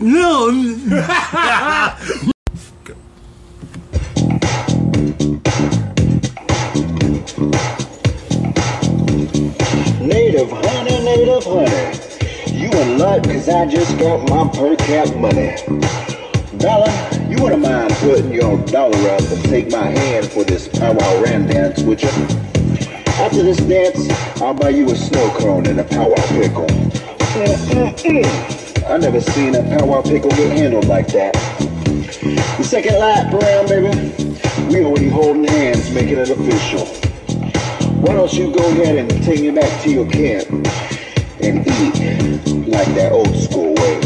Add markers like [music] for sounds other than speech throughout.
No. I'm- Native honey, native honey. You in luck, cause I just got my per cap money. Dollar, you wouldn't mind putting your dollar up and take my hand for this powwow ran dance with you. After this dance, I'll buy you a snow cone and a powwow pickle. Mm-mm-mm. I never seen a powwow pickle get handled like that. The second lap around, baby, we already holding hands, making it official. Why don't you go ahead and take me back to your camp and eat like that old school way?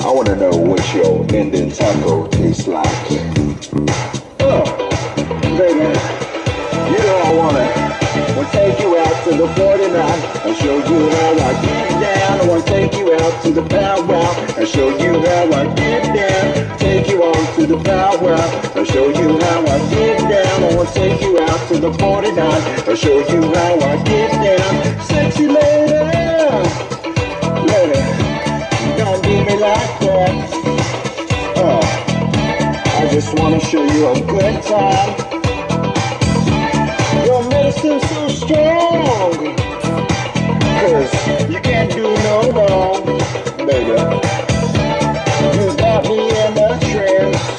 I want to know what your Indian taco tastes like. Oh, baby, you know I want to. Want to take you out to the 49 and show you how I get down. I want to take you out to the powwow and show you how I get down. Take you on to the powwow and show you how I get down. I want to take you out to the 49 and show you how I get down. Sexy lady, lady, don't do me like that. Oh. I just want to show you a good time. Your medicine's so strong. Cause you can't do no wrong, baby. You got me in a trance.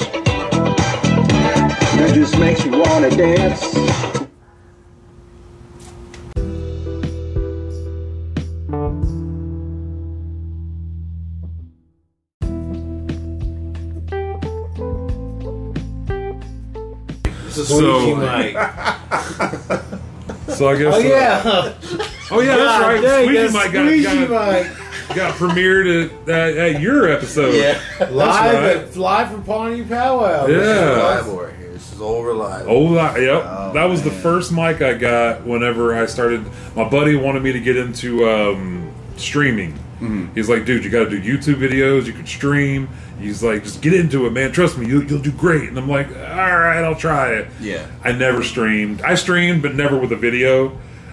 That just makes me want to dance. Squeaky So, Mike. so I guess. Oh uh, [laughs] yeah. oh yeah, that's right. Dang, Squeaky that's Mike got, Squeaky got, got premiered at, at, at your episode. Mike. Live right. at live from Pawnee Powwow. Yeah. Reliable right here. This is all reliable. Oh, that, yep. Oh, that was the man. first mic I got whenever I started. My buddy wanted me to get into um, streaming. He's like, dude, you got to do YouTube videos. You can stream. He's like, just get into it, man. Trust me, you, you'll do great. And I'm like, all right, I'll try it. Yeah. I never streamed. I streamed, but never with a video.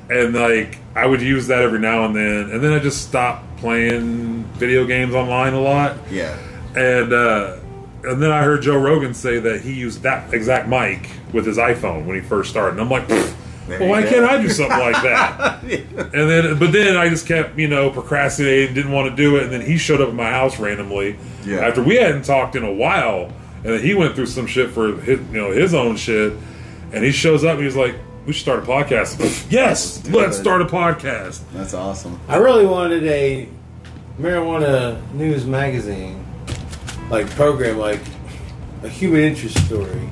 And like, I would use that every now and then. And then I just stopped playing video games online a lot Yeah. and uh, and then I heard Joe Rogan say that he used that exact mic with his iPhone when he first started, and I'm like, "Pfft, There well, you why go. can't I do something like [laughs] that? and then, but then I just kept, you know, procrastinating, didn't want to do it, and then he showed up at my house randomly Yeah. after we hadn't talked in a while, and then he went through some shit for his, you know, his own shit, and he shows up and he's like, we should start a podcast. [laughs] Pfft, yes, Let's do let's it. start a podcast. That's awesome. I really wanted a marijuana news magazine, like program, like a human interest story.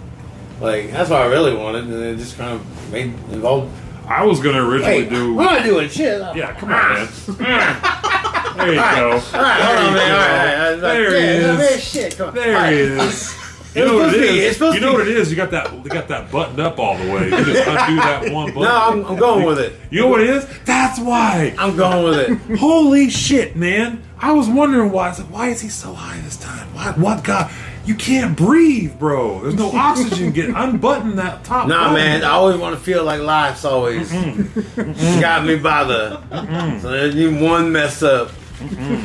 Like that's what I really wanted, and it just kind of made involved. I was gonna originally Hey, do. we're not doing shit. Yeah, come on, man. there you go. Hold on, There you man. All right, all right. I was like, There yeah, he no, is. man, shit. Come on. There he is. It You know was supposed what it to be- it's is. supposed You to know be- what it is. You got that. You got that buttoned up all the way. You just undo that one button. No, I'm, I'm going with it. You know what it is? That's why. I'm going with it. Holy shit, man! I was wondering why. I said, why is he so high this time? Why? What God? You can't breathe, bro. There's no oxygen. Get unbutton that top. Nah, button. man. I always want to feel like life's always Mm-hmm. got me by the. So there's even one mess up.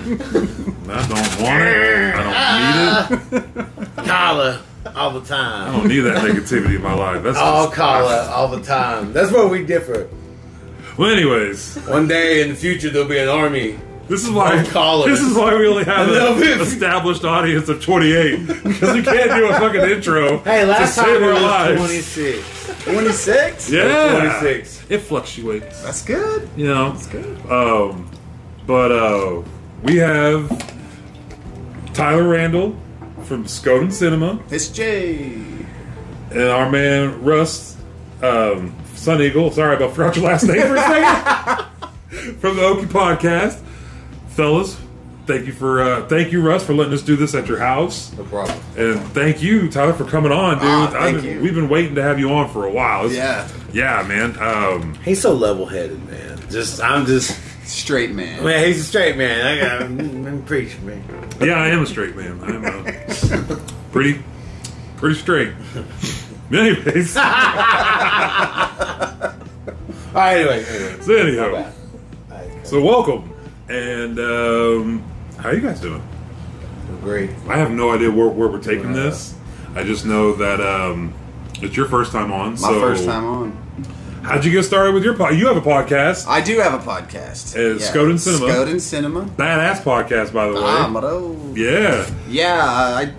I don't want it. I don't need it. Collar all the I time. don't need that negativity in my life. That's All just- collar all the time. That's where we differ. Well, anyways, One day in the future, there'll be an army. This is why No collars. This is why we only have I love an it. established audience of 28 because we can't do a fucking intro. Hey, last to time save we our was lives. 26. 26? Yeah, 26. It fluctuates, That's good. you know. good. Um, but uh, we have Tyler Randall from Scoden Cinema It's Jay. and our man Russ um, Sun Eagle. Sorry, I forgot your last name for a second. [laughs] from the Okie Podcast, fellas. Thank you for uh, thank you, Russ, for letting us do this at your house. No problem. And thank you, Tyler, for coming on, dude. Ah, I've thank been- you. We've been waiting to have you on for a while. It's- Yeah. yeah, man. Um, He's so level headed, man. Just, I'm just, Straight man. man, he's a straight man. I got, I'm, I'm preaching, man. yeah, I am a straight man. I'm uh, pretty, pretty straight. [laughs] Anyways, so All right, anyway. anyway. anyhow, All right. so welcome, and um, how you guys doing? Great. I have no idea where, where we're taking this. I just know that um, it's your first time on. My so first time on. How'd you get started with your pod? You have a podcast, I do have a podcast. Uh, Skoden Cinema. Skoden Cinema. badass podcast, by the way. Ah, motto. yeah, Yeah, I,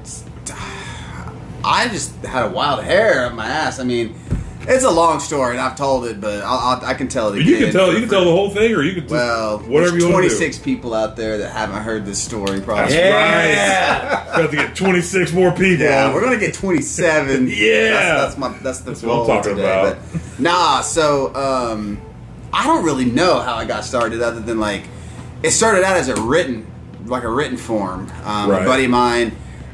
I just had a wild hair up my ass. I mean, it's a long story, and I've told it, but I'll, I'll, I can tell it again. you can tell. You can for- tell the whole thing, or you can just, Well, whatever there's you want to do. 26 people out there that haven't heard this story, That's probably. right. About to get 26 more people. Yeah, we're gonna get [laughs] 27. Yeah. that's, that's my that's the That's what I'm goal talking today. about. But nah, so um, I don't really know how I got started, other than like it started out as a written, like a written form. Um, Right. A buddy of mine,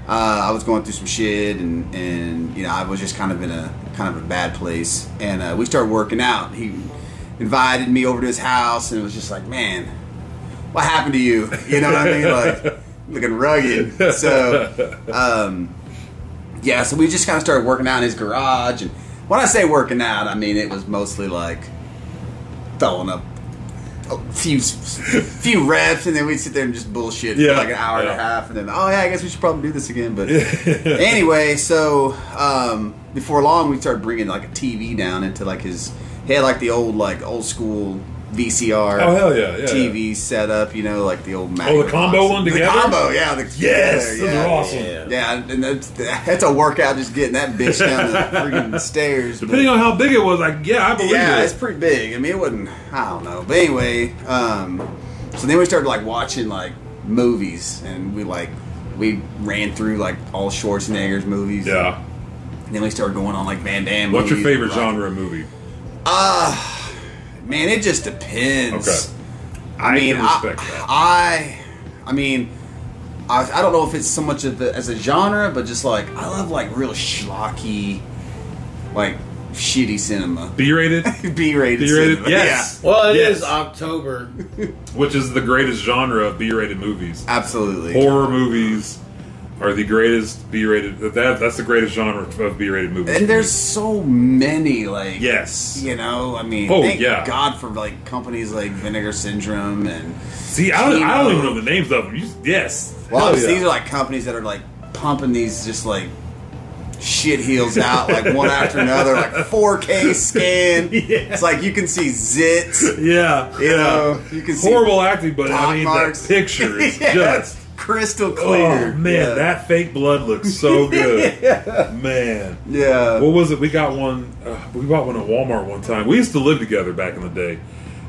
uh, I was going through some shit, and and you know I was just kind of in a kind of a bad place, and uh, we started working out. He invited me over to his house, and it was just like, man, what happened to you? You know what I mean? Like looking rugged. So, um, yeah, so we just kind of started working out in his garage. And when I say working out, I mean it was mostly like throwing up a few few reps, and then we'd sit there and just bullshit Yeah, for like an hour and yeah. a half, and then oh yeah, I guess we should probably do this again. But [laughs] anyway, so um, before long, we started bringing like a TV down into like his. He had like the old like old school VCR. Oh, hell yeah, yeah, TV setup, you know, like the old. Mac Oh, the combo one together? The combo, yeah. The, Yes, yeah, those are awesome. Yeah. yeah, and that's, that's a workout just getting that bitch down [laughs] the freaking stairs. [laughs] but- Depending on how big it was, like yeah, I believe yeah, it. it's pretty big. I mean, it wasn't. I don't know. But anyway, um, so then we started like watching like movies, and we like we ran through like all Schwarzenegger's movies. yeah. And then we started going on like Van Damme. What's your movies, favorite like- genre of movie? Man, it just depends. Okay. I, I mean, can respect I, that. I, I mean, I, I don't know if it's so much of the, as a genre, but just like I love like real schlocky, like shitty cinema, B-rated, [laughs] B-rated, B-rated, cinema. yes, Well, it is Yes. October. which is the greatest genre of B-rated movies. yeah, absolutely. horror movies are the greatest B-rated. That that's the greatest genre of B-rated movies. and there's so many like yes. you know, I mean, Oh, thank yeah. God for like companies like Vinegar Syndrome and See, I don't, I don't Chemo. even know the names of them. You, yes. well, Hell obviously, these yeah. are like companies that are like pumping these just like shit heels out like [laughs] one after another, like 4K scan. It's like you can see zits, yeah. you know, you can see Horrible acting, but Dot I mean marks. that picture [laughs] is Yeah, just. crystal Oh clear. man, yeah. that fake blood looks [laughs] so good, man. yeah. What was it? We got one. Uh, we bought one at Walmart one time. We used to live together back in the day,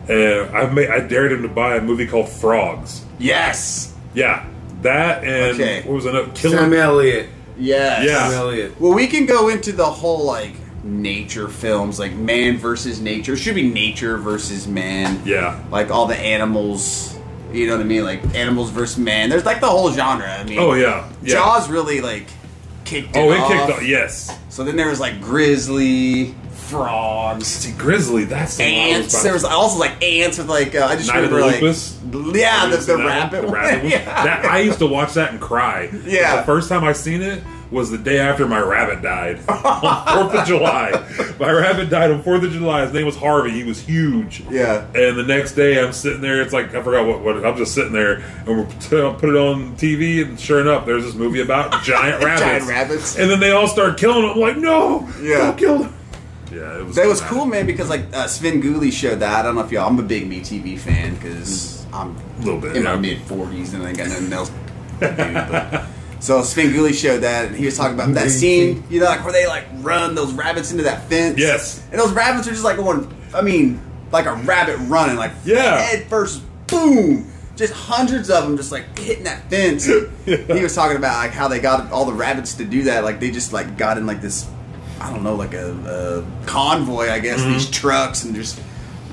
and I made, I dared him to buy a movie called Frogs. yes, Yeah, that and Okay. what was another Killer Sam Elliott. yes, Yeah. Sam Elliott. Well, we can go into the whole like nature films, like man versus nature. It should be nature versus man. Yeah. Like all the animals. You know what I mean? Like animals versus man. There's like the whole genre. I mean, Oh yeah. yeah. Jaws really like kicked. Oh, it it kicked off. off. Yes. So then there was like grizzly, frogs, See, Grizzly. That's the one I was ants. about There to- was also like ants with like uh, I just Night of the remember like Lupus? yeah, the, Have you the seen that rabbit one? The one. rabbit one. [laughs] Yeah. That I used to watch that and cry. Yeah. The first time I seen it was the day after my rabbit died [laughs] on Fourth of July. My rabbit died on Fourth of July. His name was Harvey. He was huge. Yeah. And the next day, I'm sitting there. It's like I forgot what. what I'm just sitting there, and we're t- put it on TV, and sure enough, there's this movie [laughs] about giant rabbits. Giant rabbits. And then they all start killing them. I'm like, no, Yeah. don't kill them. Yeah, it was. That was dramatic. cool, man, because like uh, Sven Gulli showed that. I don't know if y'all. I'm a big MeTV fan because I'm Mm-hmm. A little bit, in yeah. my mid 40s and I ain't got nothing [laughs] else. to do, but- So Sven Gulli showed that, and he was talking about that scene, you know, like where they like run those rabbits into that fence. Yes. And those rabbits are just like going. I mean, like a rabbit running, like Yeah. head first, boom. Just hundreds of them, just like hitting that [laughs] fence. He was talking about like how they got all the rabbits to do that. Like they just like got in like this I don't know, like a, a convoy, I guess, Mm-hmm. these trucks, and just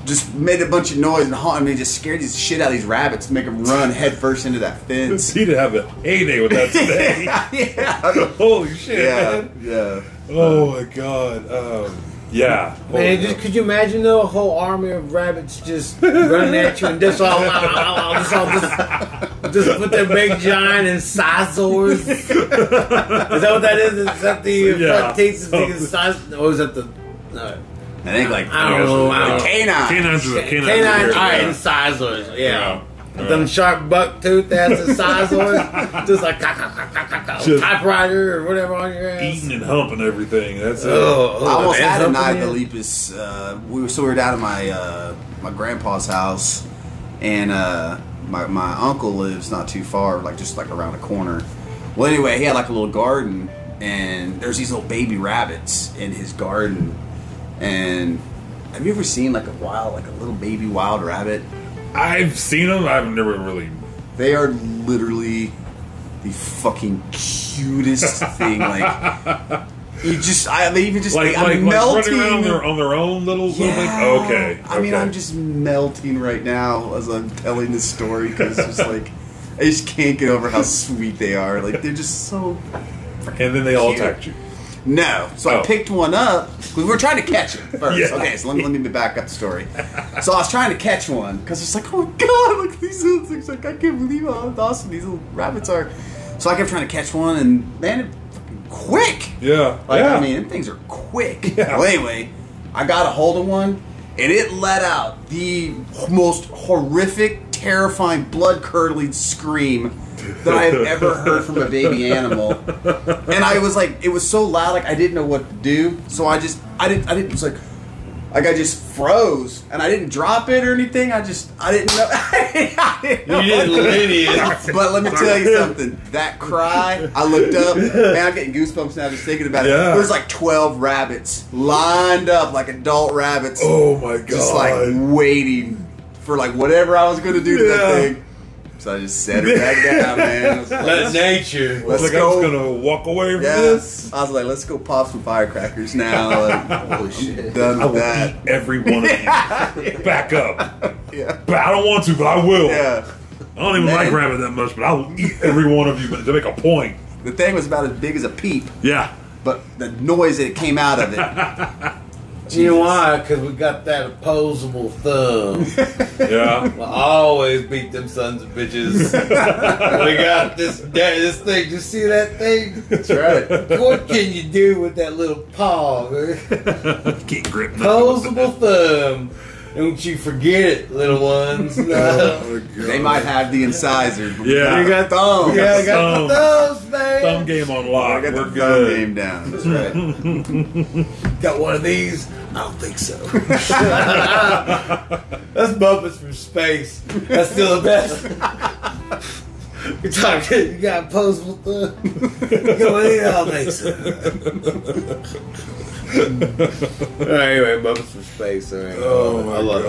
just made a bunch of noise and honking. and they just scared the shit out of these rabbits, make them run headfirst into that [laughs] fence. [laughs] He'd have a heyday with that today. yeah, Holy shit, yeah, man. yeah. Oh my god. Um, yeah. Man, Holy just, could you imagine though a whole army of rabbits just running at you and just all, just, all just, just put their big giant incisors? is that what that is? Is that the Yeah. front teeth is the incisors? Or is that the uh, no? I think like I don't know. I don't know. canine. Canines is a canine. Canine, all yeah. right, incisors. Yeah. Yeah. Them sharp buck tooth ass the size ones, just like cock, cock, cock, cock, cock, cock, Just- typewriter or whatever on your ass. Eating and humping everything. That's it. Oh, oh, I almost man's had a humping night you? the lepus. Uh, we were so we were down at my uh, my grandpa's house, and uh, my my uncle lives not too far, like just like around the corner. Well, anyway, he had like a little garden, and there's these little baby rabbits in his garden. And have you ever seen like a wild, like a little baby wild rabbit? I've seen them. I've never really. They are literally the fucking cutest thing. Like [laughs] you just, I they even just Like, I'm like, like melting. running around their, on their own little. little thing? okay. I mean, okay. I'm just melting right now as I'm telling this story because it's just like I just can't get over how sweet they are. Like they're just so And then they all Cute. attacked you. no. So Oh. I picked one up. 'cause We were trying to catch it first. Yeah. Okay, so let me, let me back up the story. So I was trying to catch one because it's like, oh my god, look at these little things. Like I can't believe how awesome these little rabbits are. So I kept trying to catch one and landed fucking quick. Yeah. Like, yeah. I mean, them things are quick. Yeah. Well, anyway, I got a hold of one, and it let out the most horrific, terrifying, blood curdling scream that I have ever heard from a baby animal. And I was like, it was so loud, like I didn't know what to do. So I just, I didn't, I didn't, it was like, like I just froze, and I didn't drop it or anything. I just, I didn't know. [laughs] I didn't know You what to little idiot. [laughs] but let me tell you something. That cry, I looked up, man, I'm getting goosebumps now just thinking about it. Yeah. There's like 12 rabbits lined up, like adult rabbits, oh my god. just like waiting for like whatever I was going to do to that Yeah. thing. So I just set her back down, man. I was like, Let nature. Let's like go. I'm just gonna walk away from yeah. this. I was like, let's go pop some firecrackers now. [laughs] Like, Holy shit. done I with will that. eat every one of [laughs] you. Back up. Yeah. But I don't want to, but I will. Yeah. I don't even Man. like rabbit that much, but I will eat every one of you to make a point. The thing was about as big as a peep, Yeah. but the noise that came out of it. You know why? Because we got that opposable [laughs] thumb. Yeah. [laughs] I always beat them sons of [laughs] bitches. we got this this thing. You see that thing? That's right. What can you do with that little paw? man? Keep gripping. Opposable thumb. Don't you forget it, little ones. [laughs] yeah, They might have the incisor. but we Oh, Yeah. got the [laughs] thumb. I got the thumbs, man. Thumb game on lock. I got We're the thumb good. game down. That's right. Got one of these? I don't think so. [laughs] That's Muppets from space. That's still the best. [laughs] You're talking, you got opposable thumb. [laughs] Go in, I don't think so. [laughs] Alright, anyway, Muppets from space. All right. Oh my I love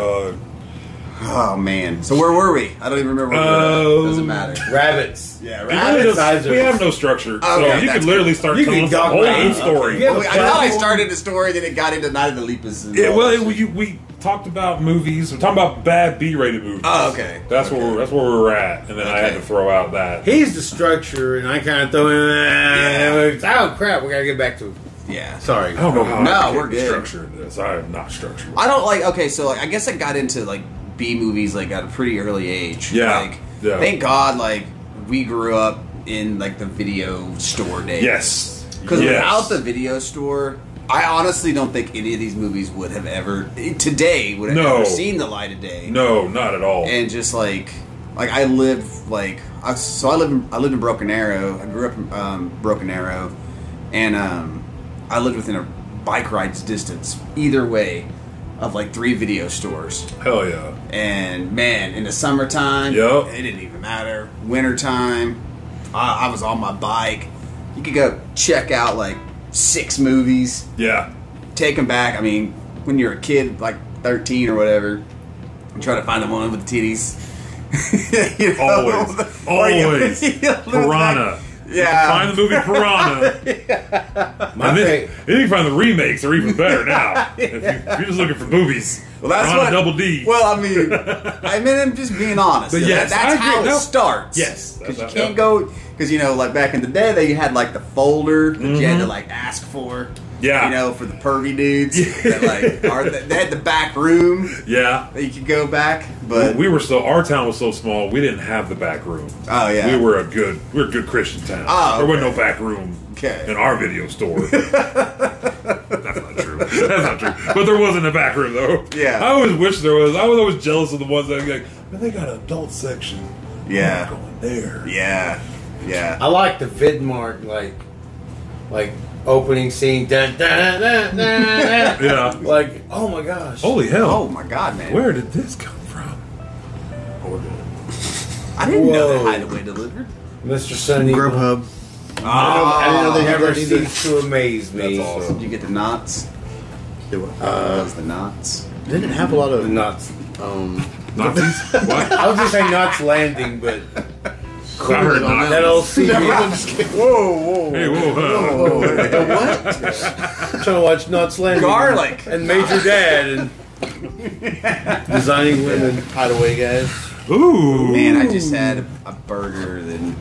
god. oh man. So where were we? I don't even remember. Where we were. Um, at. Doesn't matter. it. Rabbits. It Yeah. really Right. rabbits. does- We have no structure, so Okay, you Oh, that's could literally start You telling can us the talk whole about it. story. Yeah. I thought I started the story, then it got into Night of the Lepus. and Yeah, all well, that it, shit. we, we talked about movies. We're talking about bad B-rated movies. Oh, okay. That's where we're, that's where we're at, and then I had Okay. to throw out that. He's the structure, and I kind of throw him. Oh, crap, we gotta get back to Yeah. Sorry. I don't know how No, I we're good. structured this. I am not structured. I don't like. Okay, so like, I guess I got into like B movies like at a pretty early age. Yeah, Like, yeah. Thank God, like we grew up in like the video store days. Yes. Because Yes. without the video store, I honestly don't think any of these movies would have ever today would have No. ever seen the light of day. No, not at all. and just like like I live like I, so I live in, I lived in Broken Arrow. I grew up in um, Broken Arrow, and um, I lived within a bike ride's distance either way of like three video stores. Hell yeah. And man, in the summertime, Yup. it didn't even matter. Wintertime, I, I was on my bike. You could go check out like six movies, Yeah. take them back. I mean, when you're a kid, like 13 or whatever, and try to find the one with the titties. [laughs] You know? Always. [laughs] Or you- Always. [laughs] you look back- Piranha. Yeah. Find the movie [laughs] Piranha. My and then, thing- then you can find the remakes are even better [laughs] now. if, you, if you're just looking for movies, Well, that's Piranha what. Double D. Well, I mean, I mean, I'm just being honest. But That- yes, I that's agree. how it No. starts. Yes. because you That's- can't yeah. go because you know, like back in the day, they had like the folder that you had to like ask for. Yeah. you know, for the pervy dudes. that, like, are they, they had the back room yeah. that you could go back, but we were so our town was so small we didn't have the back room. Oh, yeah. we were a good we were a good Christian town. Oh, there wasn't no back room Okay. [laughs] in our video store. That's not true. That's not true. But there wasn't a back room though. Yeah. I always wish there was. I was always jealous of the ones that like, man, they got an adult section. I'm Yeah. not going there. Yeah. Yeah. I like the Vidmark like like opening scene. Da, da, da, da, da, da. [laughs] Yeah. Like oh my gosh. Holy hell! Oh my god, man. Where did this come from? I didn't know Whoa. that hideaway delivered. Mr. Sunny. Grubhub. I didn't know they had never that either. ceased to amaze me. Oh, That's awesome. Did you get the knots? They were- That Uh, was the knots. they didn't have a lot of Nuts. um, Nazis? what? I was just saying nuts landing, [laughs] but I heard Nazis. that old CD. I'm Whoa, Hey, whoa, huh? trying to watch nuts landing. Garlic. and Major Dad and [laughs] designing women. Hideaway guys. Ooh. Man, I just had a, a burger. Then,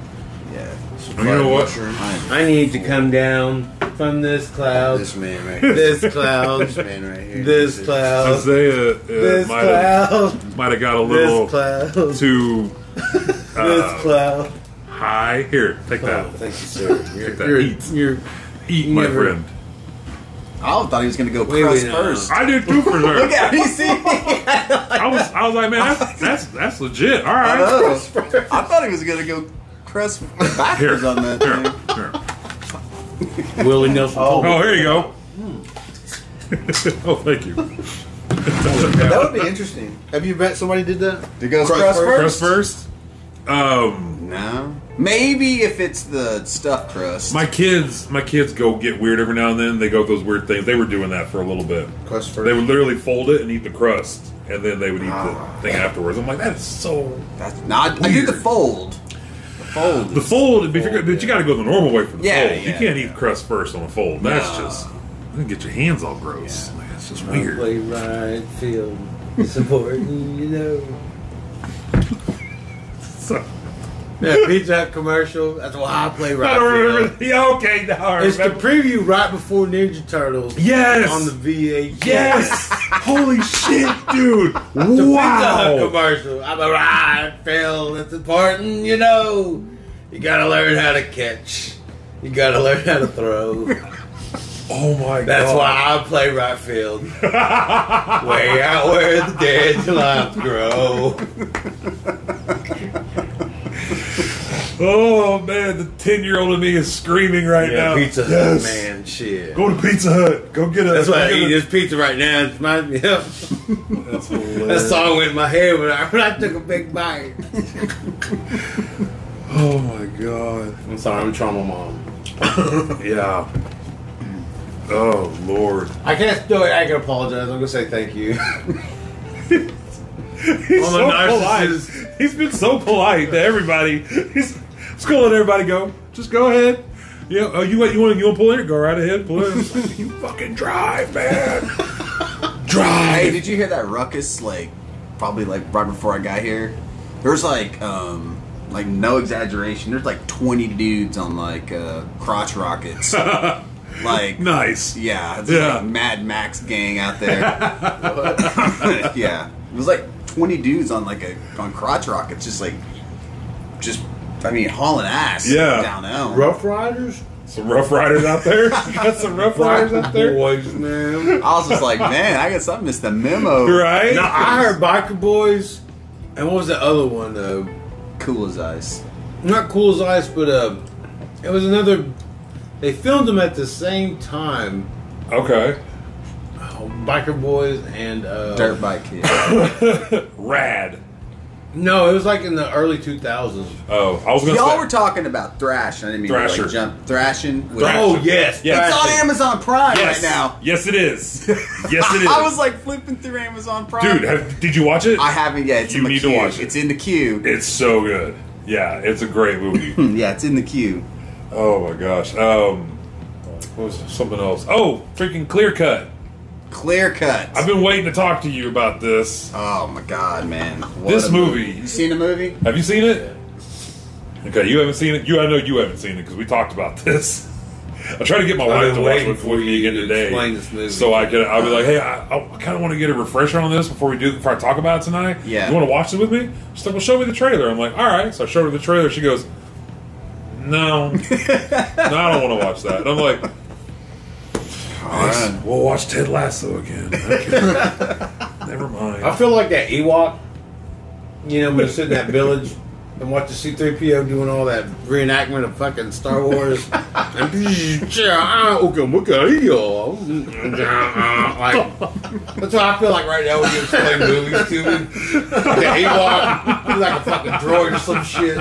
yeah. You know what? I- I need to come down from this cloud, This man right here. this This cloud, man right here. this cloud, Isaiah uh, this might have cloud, might have got a this little cloud, this too cloud. high. Here, take that. Oh, thank you, sir. You're, that. you're, [laughs] Eat. you're Eat, my never- friend. I thought he was gonna go Wait, crust wait, no. first. uh, I did too for Look her. at [laughs] me, see? I was I was like, man, that's that's, that's legit. All I right. know. I thought he was gonna go crust [laughs] backwards Here. on that Here, thing. here. Willie Nelson. Oh, here you go. [laughs] oh, thank you. That would be interesting. Have you bet somebody did that? It goes Crust crust Press first? first. Um, No. Maybe if it's the stuffed crust. my kids, my kids go get weird every now and then. They go with those weird things. They were doing that for a little bit. Crust first. They would literally fold it and eat the crust, and then they would eat the thing afterwards. I'm like, that is so. That's not. I do the Weird. fold. The fold. The fold, if you figure- but you got to go the normal way for the Yeah, fold. you yeah, can't yeah. eat crust first on the fold. That's No. just you can get your hands all gross. Like, that's just weird. Play right [laughs] field. It's important, you know. So- Yeah, Pizza Hut commercial. That's why I play I right don't field. remember. Yeah, okay, now I It's the remember. preview right before Ninja Turtles. Yes. On the VHS. [laughs] Yes! Holy shit, dude! The Pizza Hut Wow! commercial. I'm a ride, Phil. It's important, you know. You gotta learn how to catch. You gotta learn how to throw. Oh my god! That's why I play right field. Way out where the dandelions [laughs] grow. Oh man, the ten-year-old in me is screaming right Yeah, now. Pizza Hut, Yes. man, shit. Go to Pizza Hut. Go get a. That's why I go eat get this pizza right now. It's my, [laughs] yeah. a- [laughs] That's hilarious. That song went in my head when I, [laughs] when I took a big bite. Oh my god! I'm sorry, I'm trauma mom. Yeah. Oh lord. I can't do it. I can apologize. I'm gonna say thank you. He's I'm a so polite. narcissist. He's been so polite to everybody. He's just gonna let everybody go. Just go ahead. Yeah. Oh, you you want you want to pull in? Go right ahead. Pull [laughs] in. you fucking drive, man. Hey, drive. did you hear that ruckus? Like, probably like right before I got here. There's like, um, like no exaggeration. There's like 20 dudes on like uh, [laughs] crotch rockets. like, Nice. yeah, it's Yeah. like Mad Max gang out there. [laughs] yeah, it was like 20 dudes on like a on crotch rockets, just like, just I mean, hauling ass. Yeah. down Elm. Rough Riders? Some rough riders out there. [laughs] You got some rough riders out there. Boys, man. I was just like, man, I guess I missed the [laughs] memo. Right? Now, I heard Biker Boys, and what was the other one? Uh, Cool as ice. not Cool as Ice, but uh, it was another. They filmed them at the same time. [laughs] Okay. Oh, Biker Boys and. Uh, Dirt bike kid. Rad. No, it was like in the early 2000s. Oh, I was gonna Y'all say. were talking about Thrash. I didn't mean to Thrasher. like jump. Thrashing. With Thrash. Oh, yes. Yes. It's on Thrashing. Amazon Prime yes. right now. Yes, [laughs] it is. Yes, it is. [laughs] I was like flipping through Amazon Prime. dude. Have, did you watch it? I haven't yet. It's You in the need to queue. watch it. It's in the queue. [clears throat] It's so good. Yeah, it's a [laughs] great movie. Yeah, it's in the queue. Oh my gosh. Um, what was something else? Oh, freaking clear cut. Clear cut. I've been waiting to talk to you about this. oh my god, man. What This a movie. You seen the movie? Have you seen it? Okay, you haven't seen it. You, I know you haven't seen it because we talked about [laughs] this. I tried to get my wife been to watch waiting it before for we you begin to today, explain this movie. so I could. I'll be like, hey, I, I kind of want to get a refresher on this before we do before I talk about it tonight. Yeah. you want to watch it with me? She's like, well, show me the trailer. I'm like, all right. So I showed her the trailer. She goes, [laughs] no, no, I don't want to watch that. And I'm like, All This God. We'll watch Ted Lasso again. Okay. [laughs] Never mind. I feel like that Ewok. You know, when you sit in that village and watch the C-3PO doing all that reenactment of fucking Star [laughs] Wars. [laughs] like, that's what I feel like right now when you explain movies to me. The Ewok, he's like a fucking droid or some shit.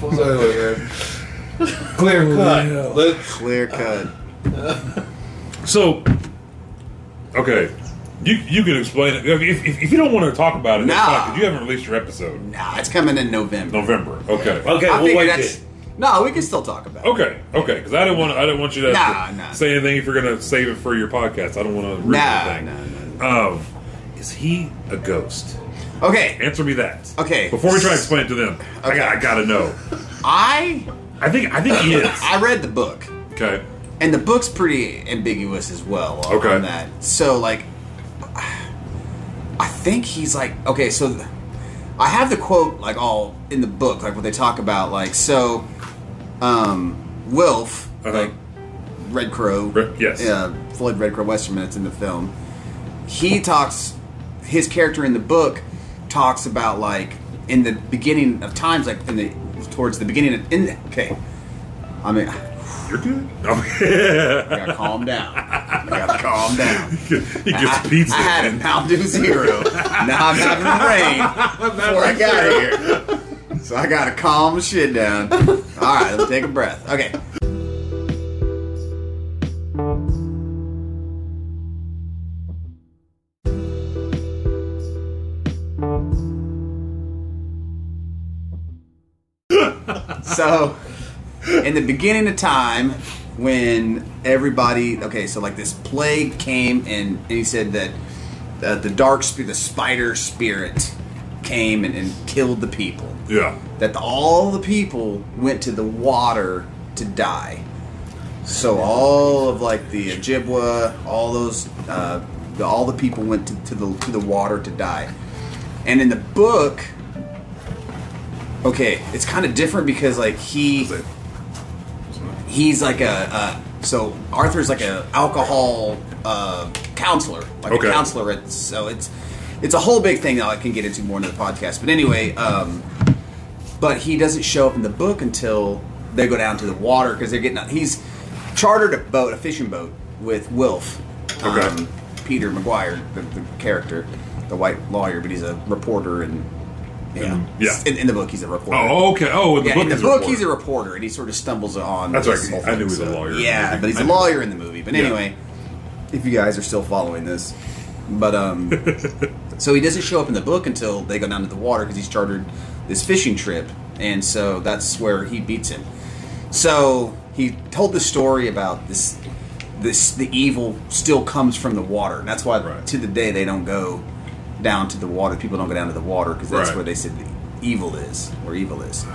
so anyway, man. Oh, Clear cut. Let's- Clear cut. [laughs] So, okay, you you can explain it if, if, if you don't want to talk about it. That's Nah. fine, 'cause you haven't released your episode. Nah, it's coming in November. November. Okay. Okay, I we'll figure wait. that's- then. No, we can still talk about it. Okay. Okay. Because I didn't want I didn't want you to have to Nah, nah. say anything if you're gonna save it for your podcast. I don't want to. Nah, anything. nah, nah. Um, is he a ghost? Okay, Answer me that. Okay. Before we try to explain it to them, I got I gotta know. I I think I think [laughs] he is. I read the book, Okay. and the book's pretty ambiguous as well. On, Okay. on that, so like, I think he's like okay. So th- I have the quote like all in the book, like what they talk about. Like so, um, Wilf, Uh-huh. like Red Crow, Re- yes. uh, Floyd Red Crow Westerman. That's in the film. He talks. His character in the book talks about like in the beginning of times, like in the towards the beginning of in the, okay. I mean, You're good. [laughs] Okay. I gotta calm down. I gotta [laughs] calm down. he gets pizza. I, I had a Mountain [laughs] Dew Zero. now I'm having rain before I got here. So I gotta calm the shit down. All right, let's take a breath. Okay. So, in the beginning of time, when everybody, okay, so like this plague came, and, and he said that uh, the dark spirit, the spider spirit, came and, and killed the people. yeah. That the, all the people went to the water to die. So all of like the Ojibwa, all those, uh, the, all the people went to, to the to the water to die. And in the book, okay, it's kind of different because like he he's like a, a so Arthur's like a alcohol uh, counselor, like Okay. a counselor. At, so it's it's a whole big thing that I can get into more into the podcast. But anyway, um, but he doesn't show up in the book until they go down to the water because they're getting out. He's chartered a boat, a fishing boat, with Wilf, um, Okay. Peter McGuire, the, the character, the white lawyer, but he's a reporter and. Yeah. Yeah. In, in the book, he's a reporter Oh, okay. Oh, in the yeah, book, in the he's, a book reporter. he's a reporter, and he sort of stumbles on. That's this right, whole I knew he was a so- lawyer in the Yeah, movie. but he's I a knew. lawyer in the movie. But Yeah. anyway, if you guys are still following this, [laughs] but um, so he doesn't show up in the book until they go down to the water because he's chartered this fishing trip, and so that's where he beats him. So he told the story about this. This the evil still comes from the water, and that's why Right. to the day they don't go down to the water. People don't go down to the water because that's Right. where they said the evil is, where evil is.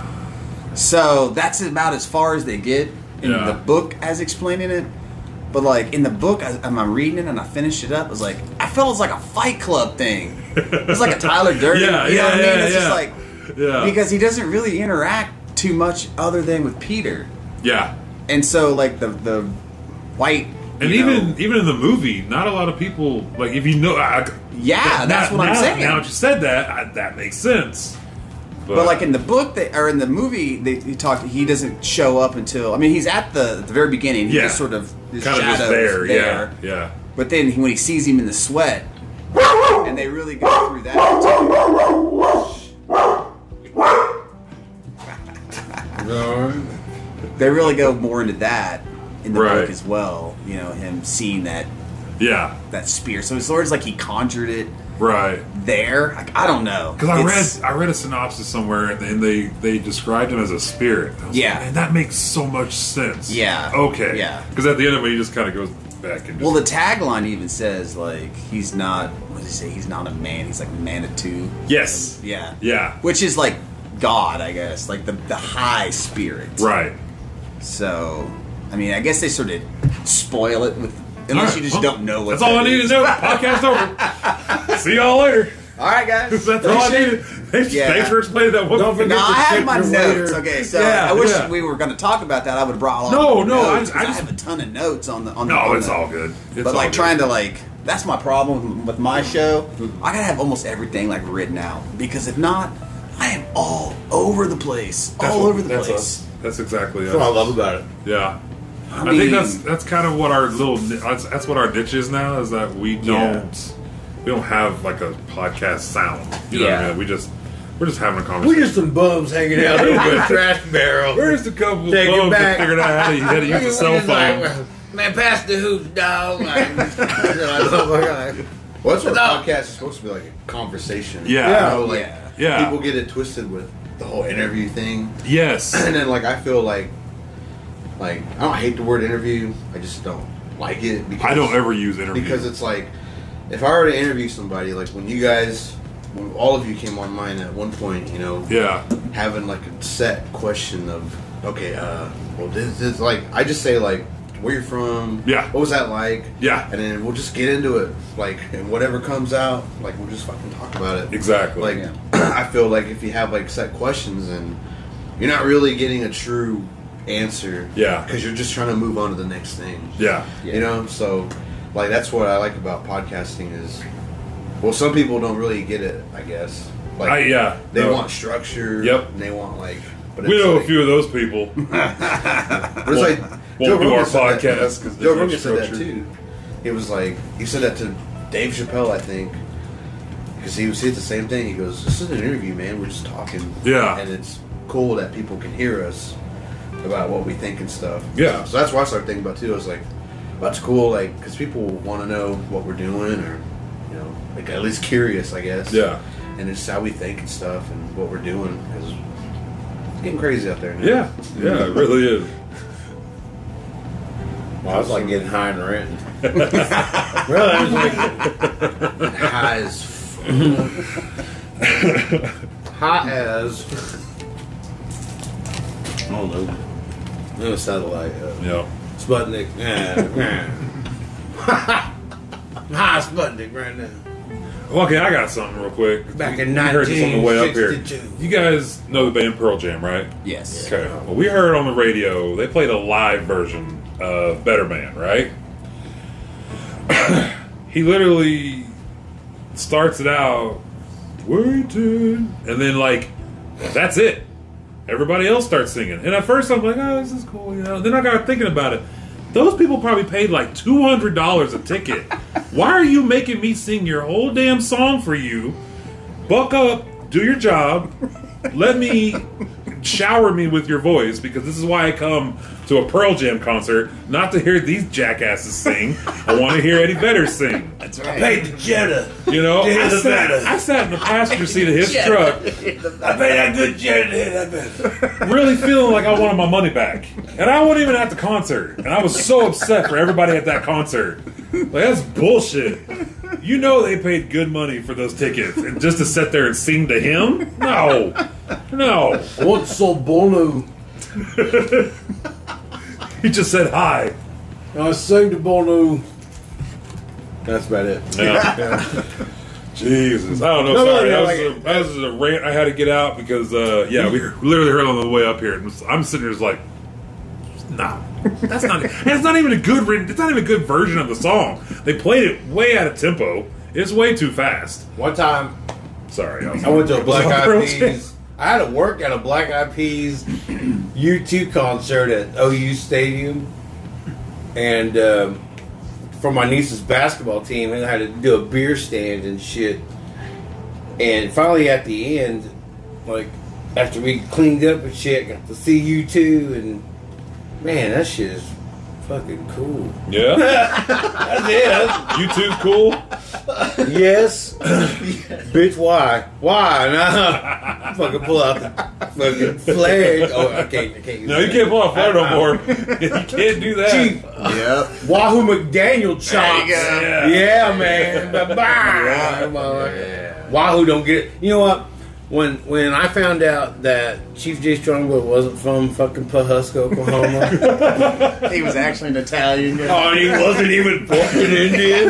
So that's about as far as they get in Yeah. the book as explaining it. But like in the book, as I'm I'm reading it and I finished it up. I was like, I felt it was like a Fight Club thing. It's like [laughs] a Tyler Durden. Yeah, you know yeah, what I mean? yeah, it's yeah. just like Yeah. because he doesn't really interact too much other than with Peter, yeah. and so like the the white And you know- even even in the movie, not a lot of people like if you know. I, Yeah, that's now- what I'm now- saying. Now that you said that, I, that makes sense. But like in the book, they, or in the movie, they he talked. He doesn't show up until I mean, he's at the, the very beginning. He Yeah. just sort of his kind of shadow just is there, there. yeah, yeah. But then he, when he sees him in the sweat, and they really go through that. They really go more into that in the Right. book as well. You know, him seeing that Yeah, that spear. So it's sort of like he conjured it right. there. I, I don't know Because I It's- read I read a synopsis somewhere, and, and they they described him as a spirit. And I was Yeah. like, man, that makes so much sense. Yeah. Okay. Yeah. Because at the end of it, he just kind of goes back and just Well, the tagline even says like he's not. What does it say? He's not a man. He's like Manitou. yes, Yeah. yeah, Which is like God, I guess, like the the high spirit. right. So, I mean, I guess they sort of spoil it with unless All right, you just well, don't know what. That's all I that need to is. [laughs] know. Podcast over. See y'all later. [laughs] All right, guys. That's all I needed. Thanks, Yeah. thanks for explaining that one. Don't thing. forget- No, Get I the had shit my from notes. later. Okay, so Yeah, I wish yeah. we were going to talk about that. I would have brought along. No, my no, I notes, just- I 'cause just- have a ton of notes on the. On the, No, on it's the- all good. It's but all good. like Mm-hmm. trying to like that's my problem with my show. I gotta have almost everything like written out because if not, I am all over the place, That's all what- over the that's place. us. That's exactly us. That's what I love about it. Yeah. I, mean- think that's that's kind of what our little ni- that's, that's what our niche is now is that we don't Yeah. we don't have like a podcast sound. You know what I Yeah. mean? We just we're just having a We conversation. just some bums hanging out [laughs] over a trash barrel. Where's the couple of Take it bums that back. figured [laughs] out how to, how to use a cell Just like, [laughs] phone? Man, pass the hoops, dog. Like, you know, I don't know, like, Well, that's what a No. podcast is supposed to be like a conversation. Yeah. You know, like, Yeah. Yeah. People get it twisted with the whole interview thing. [clears throat] Yes. and then like I feel like like I don't hate the word interview. I just don't like it because I don't ever use interview. because it's like if I were to interview somebody like when you guys when all of you came on mine at one point, you know, yeah. having like a set question of okay, uh well this is like I just say like where you're from, Yeah. what was that like? Yeah. And then we'll just get into it. Like and whatever comes out, like we'll just fucking talk about it. Exactly. Like Yeah. I feel like if you have like set questions and you're not really getting a true answer. Yeah. Because you're just trying to move on to the next thing. yeah. You know, so like that's what I like about podcasting is well some people don't really get it, I guess. Like I, yeah. they No. want structure. Yep. And they want like. But We know like, a few of those [laughs] people. But it's like won't Joe do Rogan our said that- podcast 'cause Joe there's no Rogan said that structure. too. He was like, he said that to Dave Chappelle, I think, because he was he did the same thing. He goes, "This is an interview, man. We're just talking. Yeah. And it's cool that people can hear us about what we think and stuff. Yeah. So that's what I started thinking about too. I was like, that's cool, like, because people want to know what we're doing or, you know, like at least curious, I guess. Yeah. And it's how we think and stuff and what we're doing because it's getting crazy out there. Now. Yeah. Yeah. It really is. Well, it's like getting high and [laughs] ranting. really, I was like, high as high as I don't know. No satellite. Uh, Yeah. [laughs] Sputnik. Yeah. high Sputnik right now. Well, Okay, I got something real quick. Back in We heard this on the way up here. 1962. You guys know the band Pearl Jam, right? [laughs] Yes. Okay. Well, we heard on the radio they played a live version of Better Man, right? [clears throat] he literally starts it out waiting, and then like that's it. Everybody else starts singing, and at first I'm like, "Oh, this is cool," you know. Then I got thinking about it. Those people probably paid like two hundred dollars a ticket. [laughs] Why are you making me sing your whole damn song for you? Buck up, do your job. Let me shower me with your voice because this is why I come to a Pearl Jam concert, not to hear these jackasses sing. I want to hear Eddie Vedder sing. That's right. Paid [laughs] the Jetta. You know, Yeah, I the sat, Vedder. I sat in the passenger seat of his truck, I paid that good Jetta. to hit that bed. really feeling like I wanted my money back, and I wasn't even at the concert, and I was so upset for everybody at that concert. Like that's bullshit. You know they paid good money for those tickets, and just to sit there and sing to him? No, no. What's so bono? He just said hi. I sang to bono. That's about it. [laughs] Jesus, I don't know. No, no, sorry, no, that, like- was a, that was a rant I had to get out because uh, [laughs] yeah, we literally heard on the way up here, and I'm sitting here just like, nah, that's not. [laughs] and it's not even a good. written- It's not even a good version of the song. They played it way out of tempo. It's way too fast. One time, Sorry, [laughs] I, was I went to a Black Pearl Eyed Jam. Peas. I had to work at a Black Eyed Peas U2 concert at OU Stadium, and um, for my niece's basketball team, and I had to do a beer stand and shit. And finally, at the end, like after we cleaned up and shit, got to see U2, and man, that shit is fucking cool. Yeah, That's it. That's- you too cool. Yes. [laughs] Bitch, why? Why? [laughs] Nah. fucking pull out the fucking flag. Oh, I can't. I can't use No, you that. can't pull [laughs] a flare no more. [laughs] you can't do that. Chief Yep. Wahoo McDaniel chops. go. Yeah. [laughs] Yeah, man. Bye-bye. Come on. Wahoo don't get it. You know what? when when I found out that Chief J Strongbow wasn't from fucking Pahuska, [laughs] Oklahoma. He was actually an Italian. yeah. oh, he wasn't even born in Indian.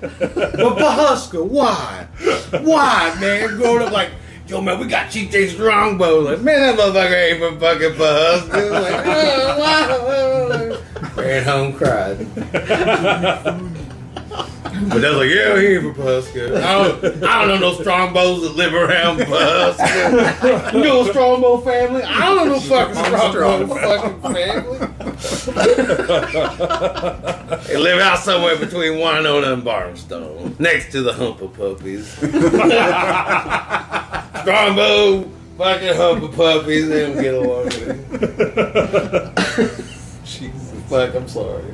but Pahuska, why? Why, man? Growing up like. Yo, man, we got Chief J Strongbow. Like, man, that motherfucker ain't from fucking Pahuska. Like, oh, [laughs] wow. Ran home cried. But that's like, yeah, he ain't from Pahuska. I don't, I don't know no strongbows that live [laughs] around Pahuska. You know a strongbow family? I don't know no fucking strongbow fucking family. they live out somewhere between Winona and Barnstone, next to the hump of puppies. strongbow fucking hump of puppies, they don't [laughs] get along with it. Jesus. Fuck, I'm sorry.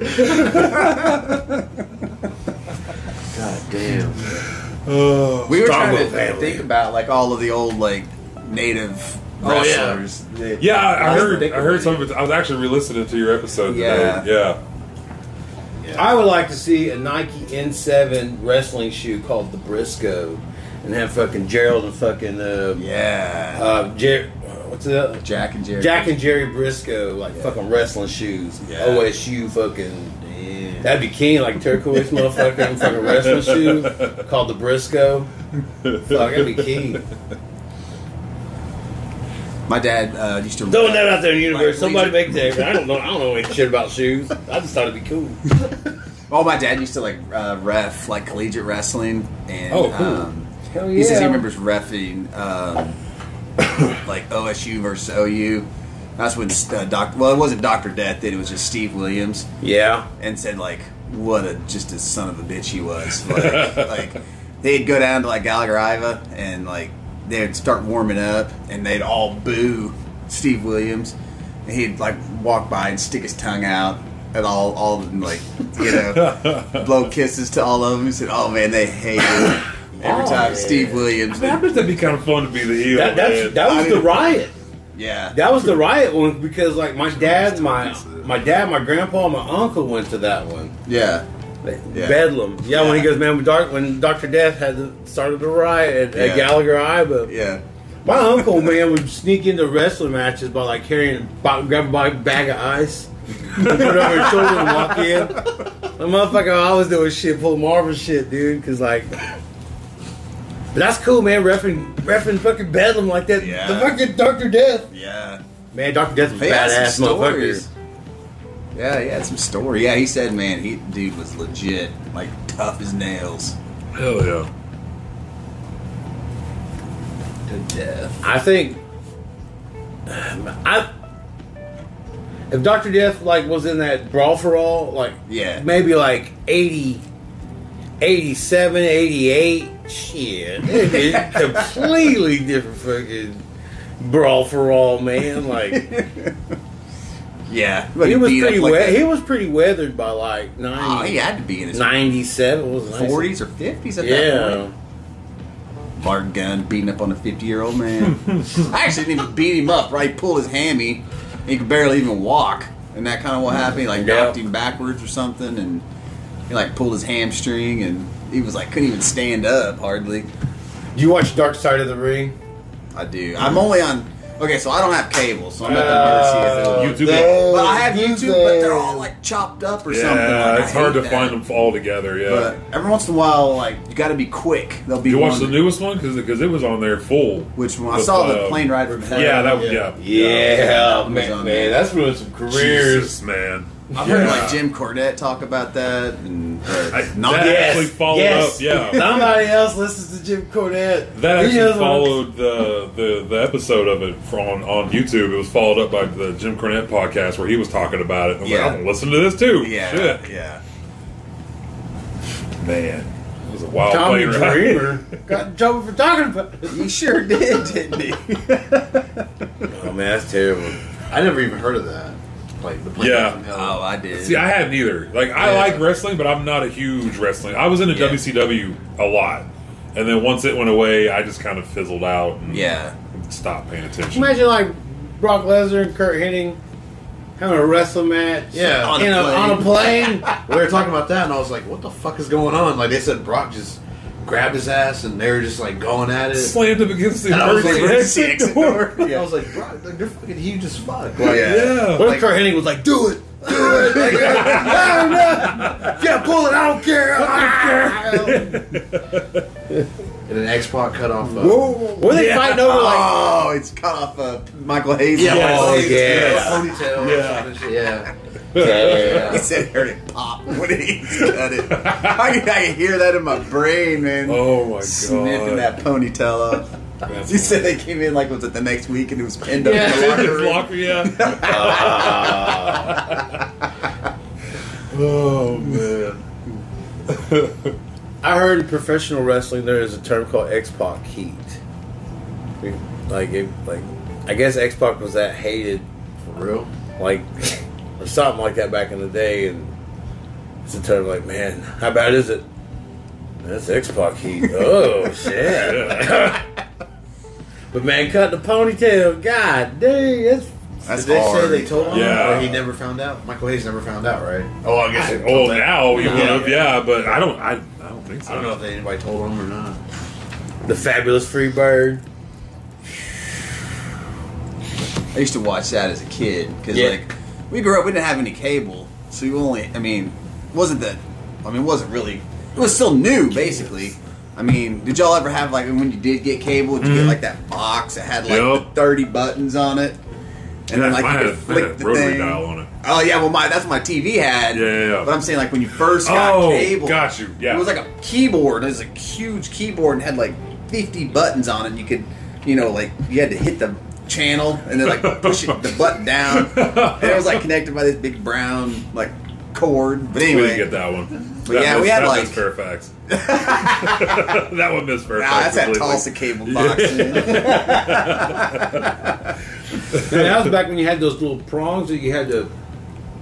God damn. Uh, We were Strongbow trying to family. think about like all of the old like native Oh, yeah. wrestlers. They- yeah, I, I was heard. thinking I heard about some of it. I was actually re-listening to your episode Yeah. today. Yeah. I would like to see a Nike N7 wrestling shoe called the Briscoe, and have fucking Gerald and fucking uh, Yeah. uh Jer- what's the Jack and Jerry. Jack and Jerry Briscoe like fucking wrestling shoes. Yeah. OSU fucking. That'd be king, like turquoise motherfucker and fucking wrestling shoe called the Briscoe. Fuck, that'd be [laughs] king. My dad uh, used to. Throwing that out there in the universe. Like, Somebody laser- make that. I don't know. I don't know any shit about shoes. I just thought it'd be cool. Oh, my dad used to like uh, ref like collegiate wrestling, and Oh, cool. um, Hell he says he remembers refing um, [coughs] like OSU versus OU. That's when uh, Doc. Well, it wasn't Doctor Death then; it was just Steve Williams, Yeah. and said like, "What a just a son of a bitch he was." Like, like they'd go down to like Gallagher Iva, and like they'd start warming up, and they'd all boo Steve Williams, and he'd like walk by and stick his tongue out. And all, all of them, like, you know, blow kisses to all of them. He said, "Oh man, they hate him." Every Oh, time yeah. Steve Williams, I, mean, I bet that'd be kind of fun to be the heel. That, that's, man. that was the riot. yeah, That was the riot one because like my dad, my my dad, my grandpa, and my uncle went to that one. yeah, Yeah. Bedlam. Yeah, when he goes, man, when dark when Doctor Death had the, started the riot at, at Yeah. Gallagher Iba. yeah. My uncle, man, would sneak into wrestling matches by like carrying by, grab a bag- bag of ice, put it over his shoulder and walk in. The motherfucker always doing shit, pull Marvel shit, dude. Cause like, but that's cool, man. Refing, refing fucking Bedlam like that. Yeah. The fucking Doctor Death. Yeah. Man, Dr. Death was He had badass some motherfucker. stories. Yeah, he had some story. Yeah, he said, man, he dude was legit, like tough as nails. hell yeah. To death. I think I if Dr. Death like was in that brawl for all, like Yeah. maybe like 80 87, 88, shit. It'd be completely different fucking brawl for all, man. Like [laughs] Yeah, he was pretty like we- a- he was pretty weathered by like oh, 90, he had to be in his 97 what was it, 40s or 50s at that Yeah. point. Bart Gunn beating up on a 50 year old man. [laughs] I actually didn't even beat him up, right? He pulled his hammy. He could barely even walk. And that kind of what happened. He like Yeah. knocked him backwards or something. And he like pulled his hamstring. And he was like, couldn't even stand up hardly. Do you watch Dark Side of the Ring? I do. I'm only on. Okay, so I don't have cable, so I'm at the Uh, mercy of YouTube. But I have YouTube, but they're all like chopped up or Yeah, something. Like, I it's hard hate to that. find them all together. Yeah. But every once in a while, like you got to be quick. They'll be. you watch one- the newest one because it was on there full. Which one? I With, saw the uh, plane ride from hell. Yeah, that was yeah. Yeah, was man, on man, there. that's ruined some careers. Jesus, man. I've heard Yeah. like Jim Cornette talk about that, and uh, I- not that- yet. actually followed up, yeah. Somebody else listens to Jim Cornette. That He actually knows what- followed the, the the episode of it from on YouTube. It was followed up by the Jim Cornette podcast where he was talking about it. I was Yeah. like, I'm gonna listen to this too. Yeah, Shit. yeah. man, it was a wild Tommy plane ride. [laughs] Dreamer got in trouble for talking about. He sure did, didn't he? Oh man, that's terrible. I never even heard of that. Like the plane Yeah. from hell. oh, I did. See, I hadn't either. Like, I Yeah. like wrestling, but I'm not a huge wrestling. I was into Yeah. WCW a lot, and then once it went away, I just kind of fizzled out and yeah, stopped paying attention. Imagine like Brock Lesnar and Kurt Hennig having a wrestling match. Yeah. On in a a- on a plane. we were talking about that, and I was like, "What the fuck is going on?" Like they said, Brock just grabbed his ass and they were just like going at [laughs] it. [laughs] Slammed him against the And I was like, emergency [laughs] "Six exit door. I was like, bro, like, they're fucking huge as fuck. Like, Yeah. What if Kurt Hennig was like, do it? do it. Like, "No, no. Yeah, pull it. I don't care. I don't care. and then X Pac cut off. Uh, Were they fighting over like? [laughs] oh, it's cut off uh, Michael Hayes. yeah, Oh, oh, yeah. yeah. Ponytail. Yeah. Yeah. Yeah. He yeah. said, "Heard it pop." What did he cut it? I can, I can hear that in my brain, man. Oh my god. Snipping that ponytail up. That's He said they came in like was it the next week and it was pinned Yeah. up in the In [laughs] locker his room. locker, yeah. oh man. I heard in professional wrestling there is a term called X Pac heat. Like, it, like I guess X Pac was that hated, For real. like, [laughs] or something like that back in the day, and it's a term like, man, how bad is it? That's X Pac heat. oh [laughs] shit! but man, cut the ponytail. God dang, that's That's Did they hard. say they told him? Yeah. Or he never found out? Michael Hayes never found out, right? Oh, I guess. it- Well, now you Yeah. would have, yeah, but I don't. I, I don't think so. I don't know if they- anybody told him or not. the fabulous free bird. I used to watch that as a kid because Yeah. like we grew up, we didn't have any cable, so you only. I mean, wasn't that? I mean, it wasn't really. It was still new, basically. I mean, did y'all ever have like when you did get cable? Did you Mm-hmm. get like that box that had like the Yep. thirty buttons on it? And then Mine like had you a- could mine had flick a the rotary thing. dial on it. Oh yeah, well my that's what my TV had. Yeah, yeah, yeah. But I'm saying like when you first got Oh, cable, got you, yeah. it was like a keyboard. It was a huge keyboard and had like 50 buttons on it. And you could, you know, like you had to hit the channel and then like push it, the button down. And it was like connected by this big brown like cord. But We didn't anyway, get that one. That But yeah, missed- we had, that like- missed [laughs] Fairfax. [laughs] that one missed Fairfax. nah, ah, that's that completely. [laughs] Tulsa cable box. man. Man, that was back when you had those little prongs that you had to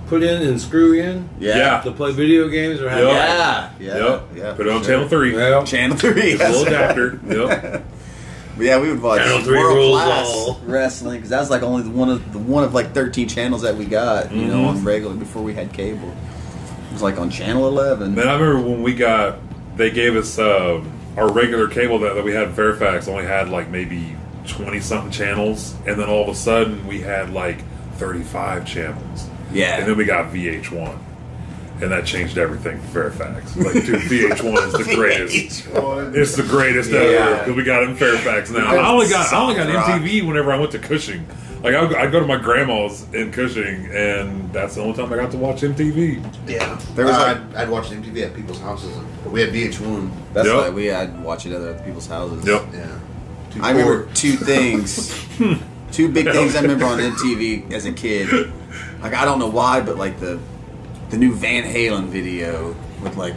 put in and screw in Yeah. to play video games or have. Yeah. yeah, yeah, Yep. yeah. Put it on channel three. Well, Channel three. It's a little yes. [laughs] adapter. Yep. But yeah, we would watch Channel world three rules class all. wrestling because that's like only the one of the one of like thirteen channels that we got, you know, Mm-hmm. on regular before we had cable. It was like on channel eleven. Man, I remember when we got, they gave us um, our regular cable that, that we had in Fairfax only had like maybe 20 something channels. And then all of a sudden we had like 35 channels. Yeah. And then we got VH1. And that changed everything for Fairfax. Like, dude, VH1 is [laughs] the greatest. It's the greatest ever because we got it in Fairfax now. I only got I only got Rock. MTV whenever I went to Cushing. Like I would I'd go to my grandma's in Cushing, and that's the only time I got to watch MTV. Yeah. There was, Uh, like- I'd, I'd watch MTV at people's houses. And we had VH1. That's Yep. why we I'd watch it at other people's houses. Yep. Yeah. I remember two things. Hmm. two big things I remember on MTV as a kid. Like I don't know why, but like the the new Van Halen video with like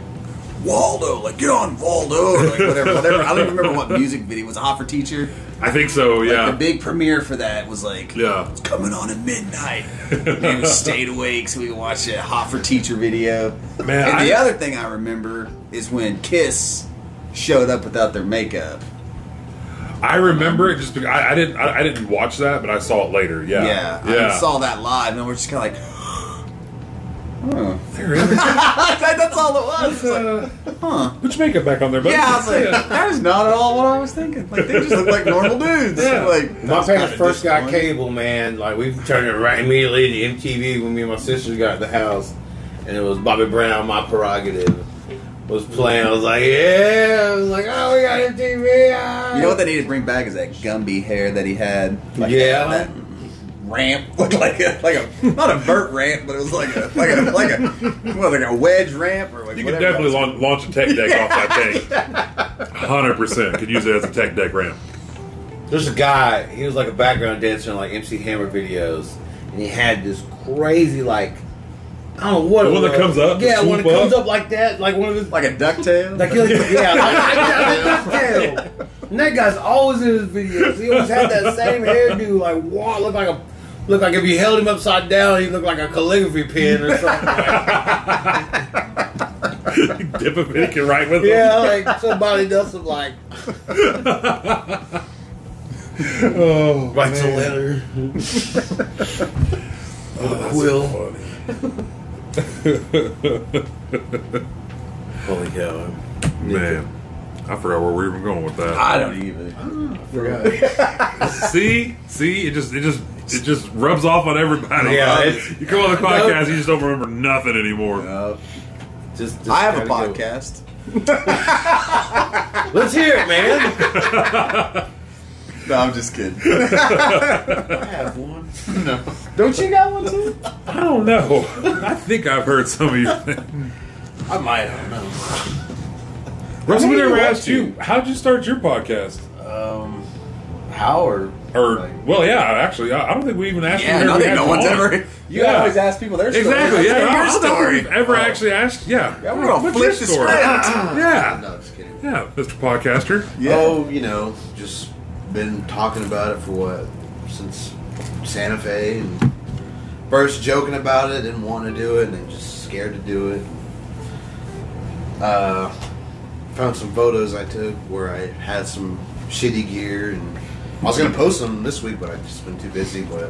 Waldo, like get on Waldo, or like whatever, whatever. I don't even remember what music video it was. Hot for Teacher. I think so. Like, Yeah. The big premiere for that was like yeah. it's coming on at midnight. and we stayed awake so we could watch a Hot for Teacher video. Man, and I- the other thing I remember is when Kiss showed up without their makeup. I remember it just because I, I didn't I, I didn't watch that, but I saw it later. Yeah. Yeah, I saw that live, and we're just kind of like, [gasps] There it is. [laughs] that, that's all it was. It's like, Uh, Put your makeup back on there, buddy. yeah, I was like, that is not at all what I was thinking. Like they just look like normal dudes. Yeah. Like my parents first got cable. cable, man. Like we turned it right immediately to MTV when me and my sisters got in the house, and it was Bobby Brown, my prerogative, was playing. I was like, yeah, I was like, oh, we got MTV. ah. You know what they need to bring back is that Gumby hair that he had. Like, Yeah. That ramp [laughs] looked like a like a not a vert ramp, but it was like a like a like a what, like a wedge ramp or like You could whatever. definitely launch, launch a tech deck off that [laughs] thing. Hundred percent. Could use it as a tech deck ramp. [laughs] There's a guy, he was like a background dancer in like MC Hammer videos, and he had this crazy like I don't know what The it one that was. comes up, the Yeah, one swoop that comes up? up like that, like one of his like a ducktail. Like, he'll- [laughs] yeah, like, like, like, like, and that guy's always in his videos. He always had that same hairdo, like wow, look like a look like if you held him upside down, he looked like a calligraphy pen or something. Like, Dip a it right with [laughs] yeah, like somebody does some like them. Oh, writes a man. letter. Oh, that's so Will. funny. [laughs] Holy cow! Man, I forgot where we were even going with that. I don't even. Forgot. see, see, it just it just it just rubs off on everybody. Yeah, Uh, it's- you come on the podcast, you just don't remember nothing anymore. Uh, just, just I have a gotta go. podcast. Let's hear it, man. No, I'm [laughs] just kidding. I have one. no. Don't you got one too? I don't know. I think I've heard some of your things. I might have known. Russell, we you never want asked to. you how'd you start your podcast? Um, Howard. Or well, yeah, actually, I, I don't think we even asked. Yeah, you no, whenever we I think had no you one's on. ever. You Yeah. always ask people their Exactly. Yeah, I, I your don't think story. we've ever actually asked. Yeah, Yeah, we're gonna What's flip your the story? script. Yeah, No, just kidding. yeah, Mr. Podcaster. Yeah. Oh, you know, just been talking about it for what since Santa Fe and first joking about it and wanting to do it and then just scared to do it. Uh, found some photos I took where I had some shitty gear and I was gonna post them this week, but I've just been too busy. But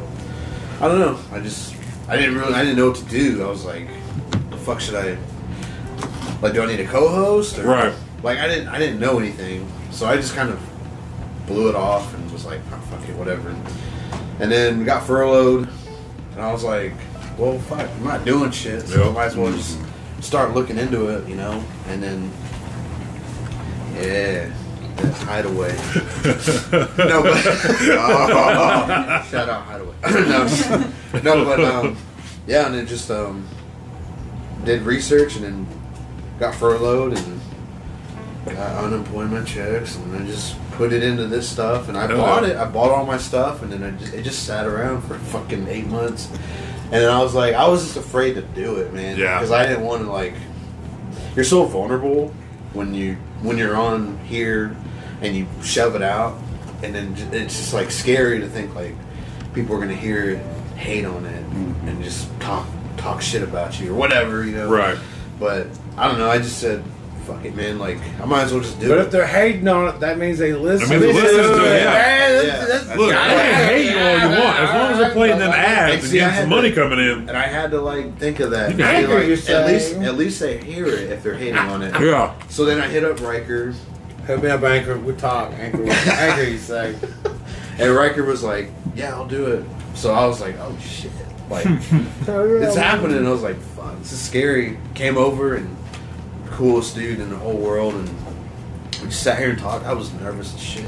I don't know. I just I didn't really I didn't know what to do. I was like, the fuck should I? Like, do I need a co-host? Or, Right. Like, I didn't I didn't know anything, so I just kind of blew it off and was like, oh, fuck it, whatever. And then got furloughed, and I was like, well, fuck, I'm not doing shit, so Yeah. I might as well just start looking into it, you know. And then, yeah, that hideaway. no, but [laughs] oh, shout out hideaway. [clears throat] no, no, but um, yeah, and then just um, did research and then got furloughed and got unemployment checks and then just put it into this stuff and I Hell bought yeah. it. I bought all my stuff and then I just, it just sat around for fucking eight months. And then I was like, I was just afraid to do it, man. Yeah. Because I didn't want to like. You're so vulnerable when you when you're on here and you shove it out, and then j- it's just like scary to think like people are gonna hear it, hate on it, and just talk talk shit about you or whatever, you know. Right. But I don't know. I just said, "Fuck it, man." Like I might as well just do But it. if they're hating on it, that means they listen. means they listen to it, yeah. Yeah. Look, I Yeah. can hate you all you want as long as we're playing them ads and See, I getting some had money to- coming in. and I had to like think of that. You can I'd be anchor like, yourself. at least, at least they hear it if they're hating on it. [laughs] Yeah, So then I hit up Riker, Hit me up, Anchor. We talk. Anchor, Anchor, you say. and Riker was like, "Yeah, I'll do it." So I was like, "Oh shit!" [laughs] Like it's happening. I was like, "Fuck, this is scary." Came over and coolest dude in the whole world, and we just sat here and talked. I was nervous as shit.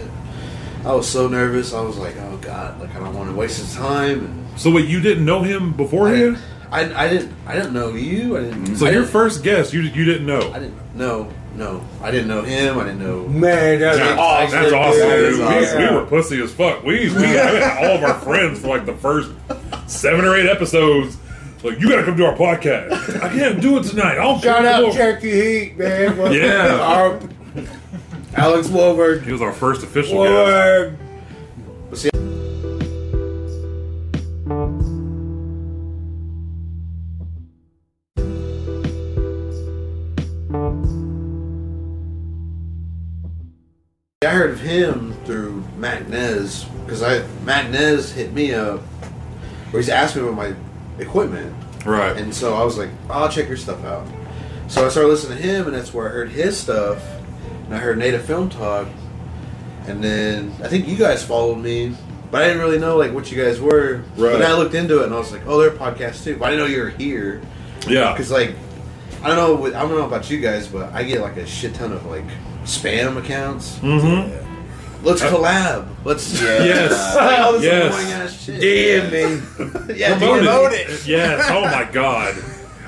I was so nervous. I was like, "Oh god!" Like I don't want to waste his time. And So wait, you didn't know him beforehand? I, I didn't I didn't know you. I didn't. Oh, So I your didn't- first guest, you you didn't I know. didn't. No, no. I didn't know him. I didn't know. Man, that's Oh, That's awesome. that's awesome, That is dude. awesome. We, we were pussy as fuck. We we had all of our friends for like the first seven or eight episodes. Like you gotta come to our podcast. I can't do it tonight. I'll Shout come out over. Cherokee Heat, man. What- [laughs] Yeah. Our, Alex Wolver. He was our first official guest. Wolver. I heard of him through Matt Nez because I Matt Nez hit me up, or he's asked me about my equipment, Right. and so I was like, I'll check your stuff out. So I started listening to him, and that's where I heard his stuff, and I heard Native Film Talk, and then I think you guys followed me. But I didn't really know like what you guys were. Right. But then I looked into it and I was like, oh, they're podcasts too. But I didn't know you were here. yeah. Because like, I don't know, what- I don't know about you guys, but I get like a shit ton of like spam accounts. Mm-hmm. Let's collab. [laughs] Let's Yeah. Yes. Like, all this Yes. annoying ass shit. Damn me. Yeah, Promote dude. Promote it. Yes. Oh my [laughs] god.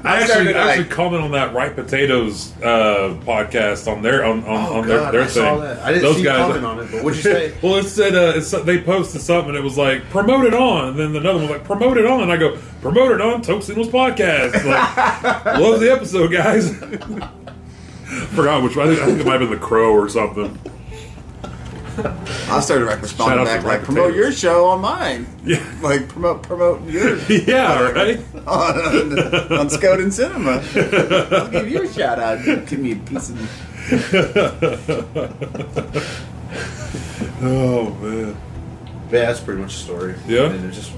I actually started, like- actually comment on that Ripe Potatoes uh, podcast on their on on, Oh, on their, God, their I thing. saw that. I didn't Those see you guys, comment on it, but what'd you say? well, it said uh, it said- they posted something. It was like promote it on, and then another one was like promote it on. And I go promote it on Toke Singles podcast. [laughs] It's Like, love the episode, guys. [laughs] Forgot which. one. I think, I think it might have been the Crow or something. [laughs] I started like Shout responding out to back like Rocket promote Potatoes. your show on mine. Yeah. Like promote promote your [laughs] Yeah. Right. [laughs] on, on, on Skoden Cinema. I'll give you a shout out. Give me a piece of [laughs] Oh man. But yeah, that's pretty much the story. Yeah. and they're just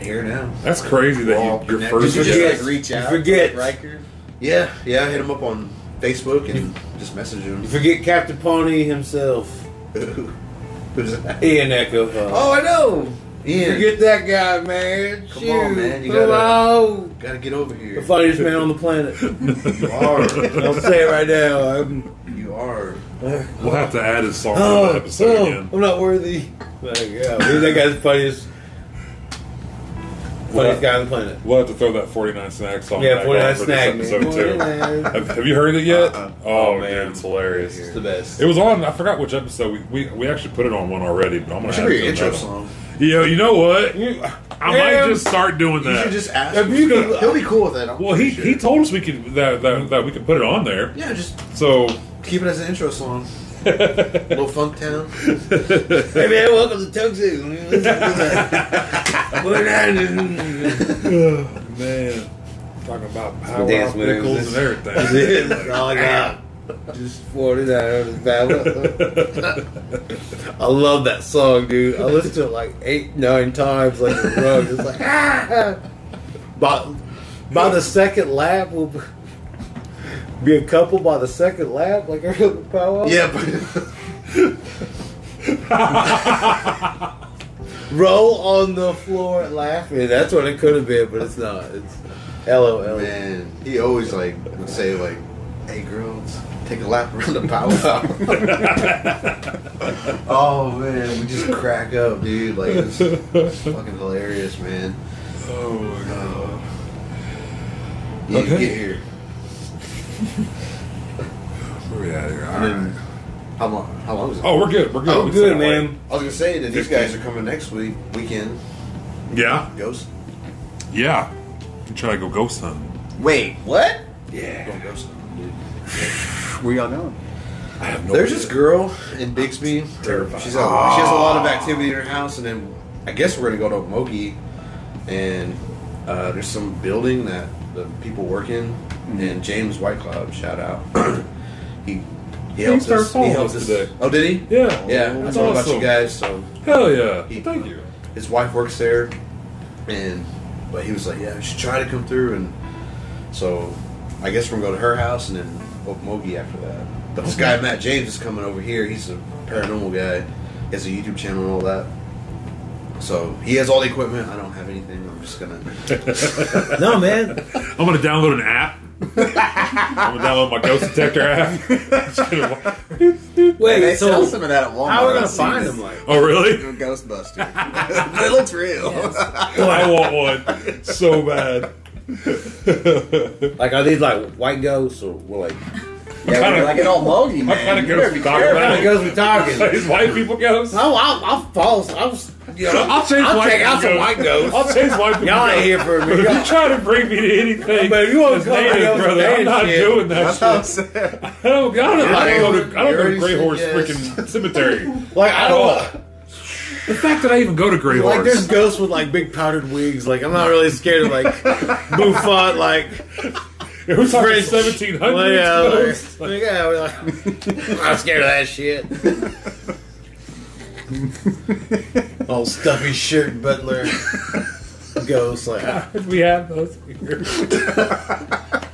here now. That's crazy We're all that you, your connected. first Did you you, Yeah. like, reach out. Forget. Riker. Yeah, yeah. I hit him up on Facebook and just message him. You forget Captain Pawnee himself, Who's that? Ian Echo. Hall. [laughs] Oh, I know. Ian, forget that guy, man. Come on, man. You Come gotta- on. gotta get over here. The funniest man on the planet. [laughs] You are. I'll say it right now. I'm, you are. We'll have to add his song to oh, the episode oh, again. I'm not worthy. Like, yeah, he's that guy's the funniest, funniest guy on the planet. We'll oh have to throw that 49 Snack song Yeah, back 49 on for Snack, this man. episode, too. 49. [laughs] Have, have you heard it yet? Uh-uh. Oh, Oh, man. dude, it's hilarious. It's the best. It was on. I forgot which episode. We we, we actually put it on one already, but I'm gonna Should add be it to your intro another. song. Yeah, you know what? You- I Damn. might just start doing You that. should just ask. If him. you could- he'll be cool with that. I'm well, he, pretty he sure. told us we could that, that that we could put it on there. yeah, just [laughs] So keep it as an [laughs] intro song. Little Funk Town. Hey man, welcome to Tug Zoo. That's man, talking about power dance moves. pickles and everything. it. all I got. Just 49 out of the battle. I love that song, dude. I listened to it like eight, nine times, like a rug. It's like, ah! By, by the second lap, we'll be a couple by the second lap, like I the power. Yeah, but [laughs] Roll on the floor laughing. That's what it could have been, but it's not. It's LOL. man, he always like would say like, "Hey girls, take a lap around the [laughs] powwow." oh man, we just crack up, dude. Like it's, it's fucking hilarious, man. oh my god. You need to Okay. get here. Where we at here? All And then, right. how long? How long is it? Oh, we're good. We're good. Oh, It's good, that way. man. I was gonna say that these 15. guys are coming next week weekend. Yeah, Ghost. yeah. I'm trying to go ghost hunting. Wait, what? Going ghost. hunting, dude. Where y'all going? I have no. There's idea. this girl in Bixby. Terrified. Ah. She's a, she has a lot of activity in her house, and then I guess we're gonna go to Omogi, and uh, there's some building that the people work in, Mm-hmm. and James Whitecloud, shout out, [clears throat] he he helps started us. He following helps us us. today. Oh, did he? Yeah, Yeah, That's I told about awesome. you guys. So Hell yeah! He- Thank you. his wife works there, and but he was like, yeah, you should try to come through, and so I guess we're gonna go to her house and then Okmulgee after that. But this guy Matt James is coming over here. He's a paranormal guy. He has a YouTube channel and all that. So he has all the equipment. I don't have anything. I'm just gonna. No, man. I'm gonna download an app. I'm gonna download my ghost detector app. [laughs] Just gonna- Hey, Wait, they sell so some of that at Walmart. how are we I've gonna seen find this. him? Like, oh really? Ghostbuster. it looks real. [laughs] I want one so bad. like are these like white ghosts or [laughs] what? Like, Yeah, kinda- we're like an old bogey, man. kinda You ghost better be dog careful. about white ghosts we talking? [laughs] Is white people ghosts? No, I'll, I'll fall. I'll, s- you know, I'll change I'll white check out some people white [laughs] ghosts. I'll change white people. Y'all ain't ghosts. here for But me. [laughs] if you try to bring me to anything, But if you wanna that's come native, hang out with brother, that I'm not shit. doing that That's what I'm shit. saying. [laughs] I don't got it. I don't go to, I don't go to already Grey said Horse yes. freaking cemetery. Like, I don't. At all. The fact that I even go to Grey Like there's Horse. ghosts with like big powdered wigs. Like I'm not really scared of like [laughs] Buffon. Like Who's talking French. 1700s well, yeah, ghosts? like, like, yeah, we're like, I'm scared of that shit. Old stuffy shirt [laughs] butler ghost. Like ah. We have those here.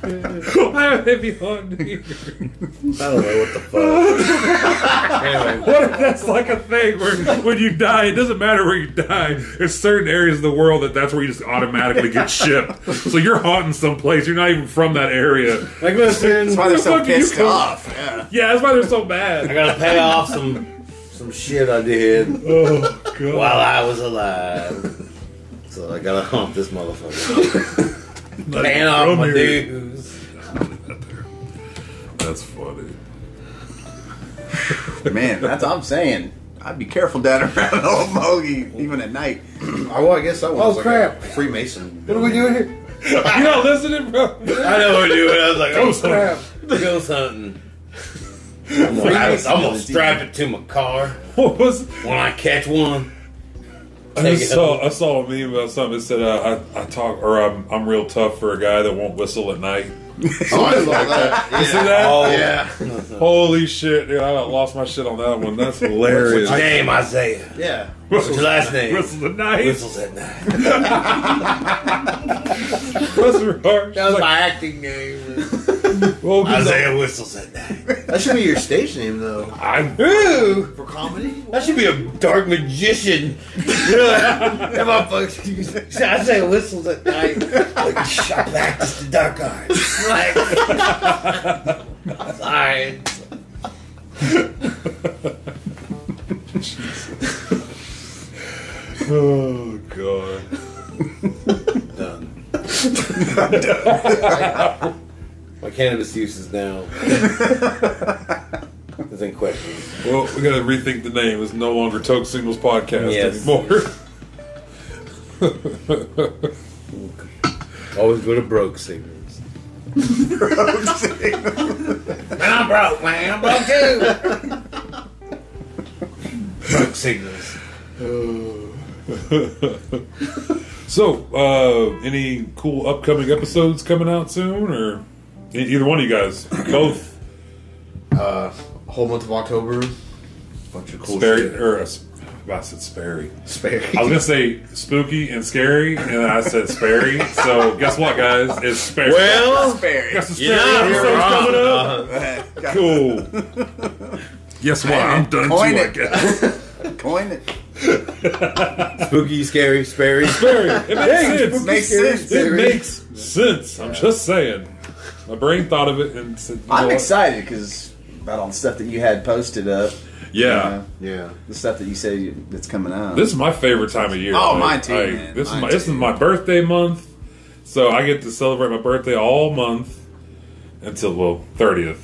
Why would they be haunted here? I don't know what the fuck. anyway, What if that's like a thing where when you die, it doesn't matter where you die. There's certain areas of the world that that's where you just automatically get shipped. So you're haunting someplace. You're not even from that area. like listen, That's why they're so Fuck you, pissed ghost. off. Yeah. Yeah, that's why they're so I [laughs] bad. gotta pay off some some shit I did Oh god. while I was alive. So I gotta hump this motherfucker. [laughs] Like, Paying off from my here. dues. That's funny. Man, that's what I'm saying. I'd be careful down around [laughs] old bogey, even at night. I, well, I guess I was. Oh, like crap. A Freemason. What are we doing here? You not listening, bro? [laughs] I know what we're doing. I was like, Ghost oh crap, ghost [laughs] hunting. I'm gonna, I was, I'm gonna strap it to my car What was? when I catch one. I Take just it. saw I saw a meme about something that said uh, I I talk or I'm I'm real tough for a guy that won't whistle at night. Oh, I saw that. Yeah. You see that? Oh, [laughs] Yeah. Holy shit, dude! I about lost my shit on that one. That's hilarious. What's your name, Isaiah? Yeah. What's your last name? Whistle the knife. [laughs] Whistles at night. Whistle her. That was She's like, my acting name. Well, 'cause I, Isaiah whistles at night. That should be your stage name, though. I, Ooh, For [laughs] comedy? that should be a dark magician. You know, that [laughs] motherfucker. Isaiah whistles at night. Like, "Shh, I practice the dark arts. Like, sorry. oh god. Done. My cannabis use is now. is in question. Well, we gotta rethink the name. It's no longer Toke Singles Podcast Yes. anymore. [laughs] Always go to broke singers. broke singers. man, I'm broke, man. I'm broke too. broke singers. so, uh, any cool upcoming episodes coming out soon, or e- either one of you guys, both? Uh, [laughs] whole month of October. Bunch of cool Sperry shit. or uh, s- I said Sperry. Sperry. I was gonna say spooky and scary, and then I said Sperry. so guess what, guys? It's Sperry. Barry. [laughs] Got some Sperry episodes coming up. Uh-huh. Cool. Guess what? I'm done too. Coin I it. [laughs] guess. Coin it. Spooky, scary, Sperry. Sperry. It makes sense. Makes It sense. Barry. makes sense. I'm just saying. My brain thought of it and said, you know I'm what? excited because about all the stuff that you had posted up. Yeah. you know, [laughs] Yeah. the stuff that you say you- that's coming out. This is my favorite time of year. Oh, man. mine too, Like, man. This Mine is my this too. is my birthday month, so I get to celebrate my birthday all month until well thirtieth.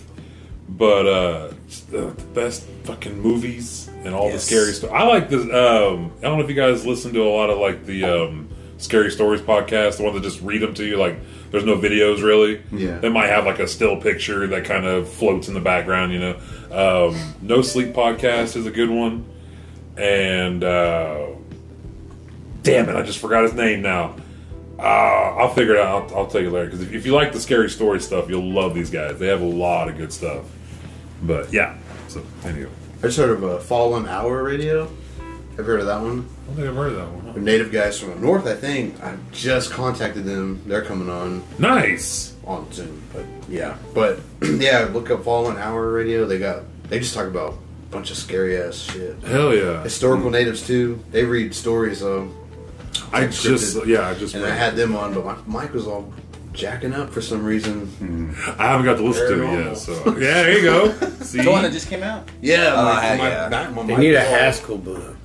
But uh, just the the best fucking movies and all Yes. the scary stuff. I like this. Um, I don't know if you guys listen to a lot of like the um, scary stories podcast, the one that just read them to you. Like, there's no videos really. Yeah. They might have like a still picture that kind of floats in the background. You know, um, No Sleep podcast is a good one and uh, damn it, I just forgot his name now. Uh, I'll figure it out. I'll, I'll tell you later. Because if, if you like the scary story stuff, you'll love these guys. They have a lot of good stuff. But yeah, so anyway, I just heard of a Fallen Hour radio. Have you heard of that one? I don't think I've heard of that one. They're native guys from the north, I think. I just contacted them. They're coming on Nice. on Zoom, but yeah. But [clears throat] yeah, look up Fallen Hour radio. They got they just talk about a bunch of scary ass shit. Hell yeah. Hmm. Historical natives too. They read stories though. I just scripted. yeah, I just And I had them on, but my mic was all jacking up for some reason. Hmm. I haven't got to listen to it yet. Paranormal. So yeah, there you [laughs] go. See, the one that just came out. Yeah, Oh, my, my, yeah. back- my They mic need a was all- Haskell book.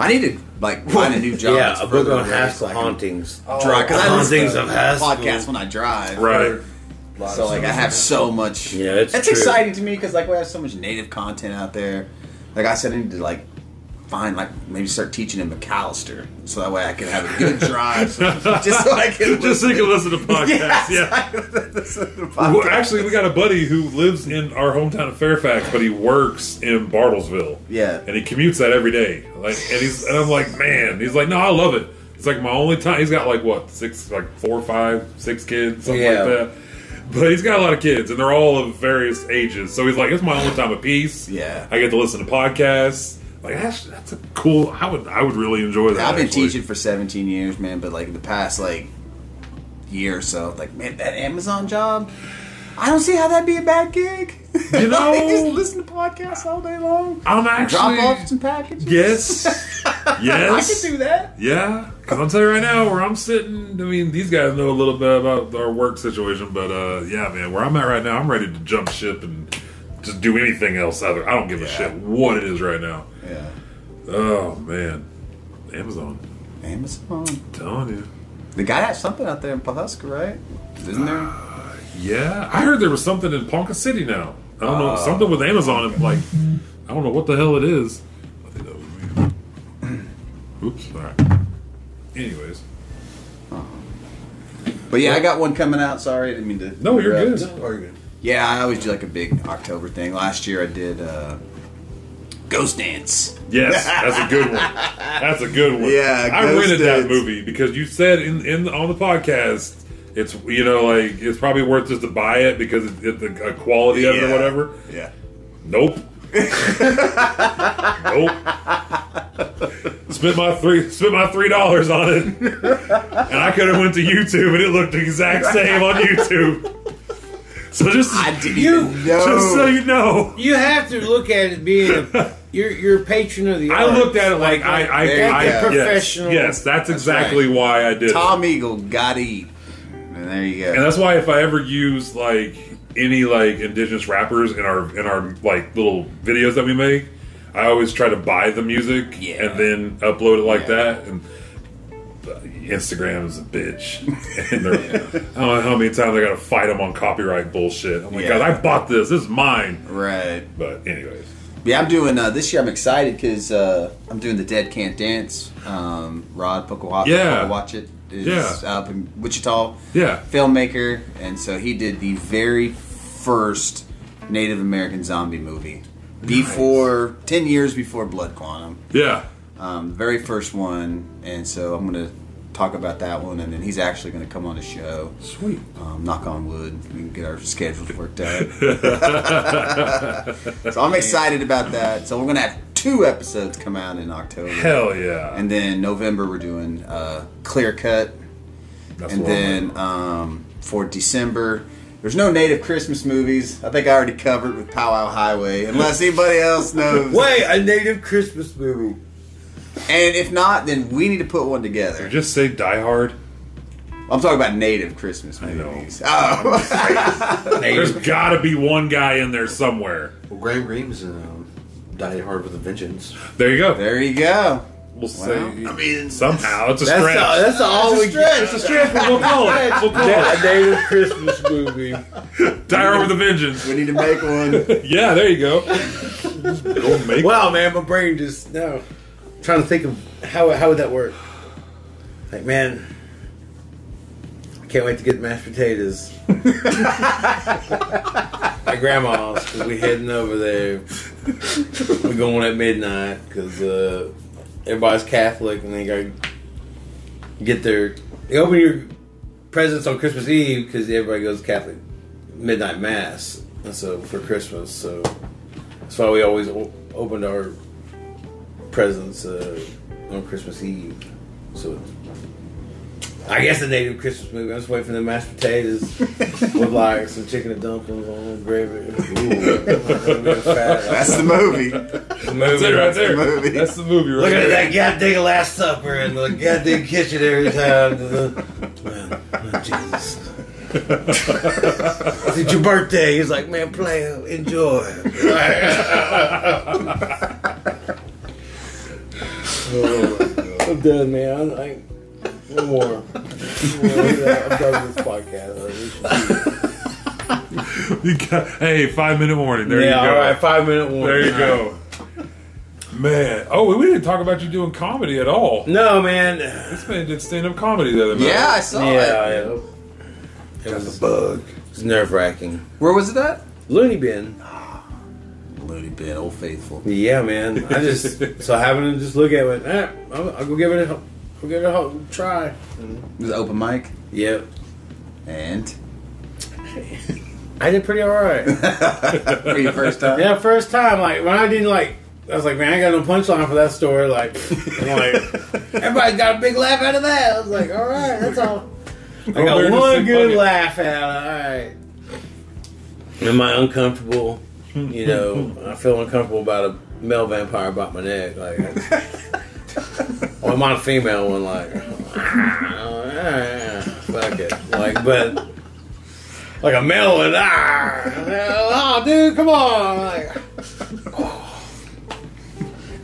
I need to like find a new job. [laughs] yeah, that's a book further on away Haskell so I can hauntings. Oh, Drive, [laughs] cause I listen Hauntings to of Haskell. podcasts when I drive. right. So like I have so much. Yeah, it's that's true. exciting to me because like we have so much native content out there. Like I said, I need to like find like maybe start teaching in McAllister so that way I can have [laughs] a good drive. so- just so I [laughs] can Just so you can [laughs] listen to podcasts. Yes, yeah. I can listen to Well, podcasts. actually, we got a buddy who lives in our hometown of Fairfax, but he works in Bartlesville. Yeah. and he commutes that every day. Like, and he's and I'm like, man, he's like, no, I love it. It's like my only time. He's got like what six, like four, five, six kids, something Yeah. like that. But he's got a lot of kids, and they're all of various ages. So he's like, it's my only time of peace. Yeah. I get to listen to podcasts. Like that's, that's a cool. I would I would really enjoy that. I've been actually. teaching for 17 years, man, but like in the past like year or so, like man, that Amazon job, I don't see how that'd be a bad gig. [laughs] You know- just listen to podcasts all day long, I'm actually drop off some packages. [laughs] Yes, yes. I could do that. Yeah, because I'll tell you right now, where I'm sitting, I mean, these guys know a little bit about our work situation, but uh, yeah, man, where I'm at right now, I'm ready to jump ship and just do anything else other. I don't give a shit what it is right now. Yeah, Oh man, Amazon, Amazon. I'm telling you. They gotta have something out there in Pawhuska, right? Isn't there? Yeah, I heard there was something in Ponca City now. I don't know something with Amazon. and Like, I don't know what the hell it is. I think that was me. Oops. All right. Anyways, But yeah, I got one coming out. Sorry, I didn't mean to. no, you're interrupt. good. Oh, you're good. Yeah, I always do like a big October thing. Last year I did uh, Ghost Dance. Yes, that's a good one. That's a good one. Yeah, I Ghost rented Dads. that movie because you said in, in on the podcast, it's you know like it's probably worth just to buy it because it's it, the a quality of it or Yeah. whatever. Yeah. [laughs] Nope. nope. Spent my three spent my three dollars on it, and I could have went to YouTube and it looked the exact same on YouTube. So just I didn't You- even know. just so you know, You have to look at it being a, you're you're a patron of the. I arts. looked at it like I, I, There you I, go. yes, Professional. Yes, that's exactly why I did. it. Tom Eagle got to eat. And there you go. and that's why if I ever use like any like indigenous rappers in our in our like little videos that we make, I always try to buy the music Yeah. and then upload it like Yeah. that. And uh, Instagram is a bitch. [laughs] and they're, I don't know how many times I got to fight them on copyright bullshit. I'm like, Yeah. guys, I bought this. This is mine. right. But anyways, Yeah, I'm doing uh, this year. I'm excited because uh, I'm doing the Dead Can't Dance. Um, Rod Pocahontas, Yeah. watch it. Is Yeah. up in Wichita, yeah, filmmaker, and so he did the very first Native American zombie movie before ten years before Blood Quantum. yeah. um, the very first one, and so I'm gonna talk about that one, and then he's actually gonna come on the show. Sweet. Um, knock on wood, we can get our schedules [laughs] worked out. so I'm excited about that. So we're gonna have two episodes come out in October, Hell yeah. and then November we're doing uh, Clear Cut, That's and what I'm then um, for December. There's no native Christmas movies. I think I already covered with Powwow Highway, unless anybody [laughs] else knows. Wait, a native Christmas movie. And if not, then we need to put one together. doing. just say Die Hard. I'm talking about native Christmas know. movies. Oh, [laughs] There's got to be one guy in there somewhere. Well, Graham Greene's um, Die Hard with a Vengeance. There you go. there you go. We'll say I mean, somehow it's a That's stretch. all. That's all we get. it's a stretch, but we'll call it. We'll call Na- it. a native Christmas movie. Die Hard with a Vengeance. We need to make [laughs] one. Yeah, there you [laughs] go. Go make Wow, man, my brain just no. trying to think of how how would that work. Like, man, I can't wait to get mashed potatoes. At grandma's, cause we heading over there. We're going at midnight because uh, everybody's Catholic and they got get their they open your presents on Christmas Eve because everybody goes Catholic midnight mass. And so for Christmas, so that's why we always o- opened our presents uh, on Christmas Eve. So I guess the native Christmas movie. I was waiting for the mashed potatoes with like some chicken and dumplings on it, gravy. Ooh, That's the movie. [laughs] The That's it right there. Movie. That's the movie right Look at there. that goddamn Last Supper and the goddamn kitchen every time. [laughs] Man, man, Jesus. It's your birthday. He's like, man, play, enjoy. I'm done, man. I, I, no more. I'm done with this podcast. [laughs] You got- hey, five minute warning. There yeah, you go. all right, five minute warning. there you go. Man, oh, we didn't talk about you doing comedy at all. No, man. This man did stand up comedy the other night. Yeah, I saw it. Yeah, it, it was Bug. It's nerve wracking. Where was it at? Looney bin. Looney Bin, Old Faithful. Yeah, man. I just so having to just look at it. Eh, I'll, I'll go give it a, I'll give it a ho- try. It was open mic, Yep. and I did pretty all right. [laughs] for your first time. yeah, first time. Like when I didn't like, I was like, man, I got no punchline for that story. Like, I'm like everybody got a big laugh out of that. I was like, all right, that's all. I Go there got and one sing good fucking- laugh out. All right. Am I uncomfortable? You [laughs] know, I feel uncomfortable about a male vampire about my neck. Like, or am I a female one? Like, [laughs] ah, fuck it. Like, but like a male one. Ah, oh, dude, come on. Like,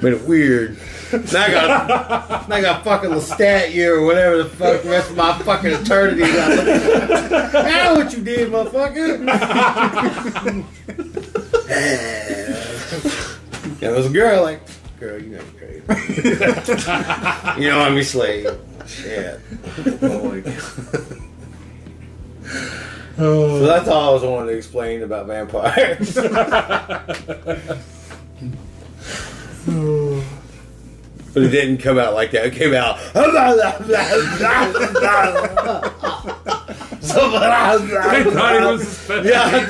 made it weird. Now I got, now I got fucking Lestat you or whatever the fuck the rest of my fucking [laughs] eternity. I know what you did, motherfucker. yeah, it was a girl like, girl, you know you're crazy. [laughs] you know I'm your slave. Shit. Oh So that's all I always wanted to explain about vampires. [laughs] but it didn't come out like that. It came out. They thought [laughs] he was suspended. yeah.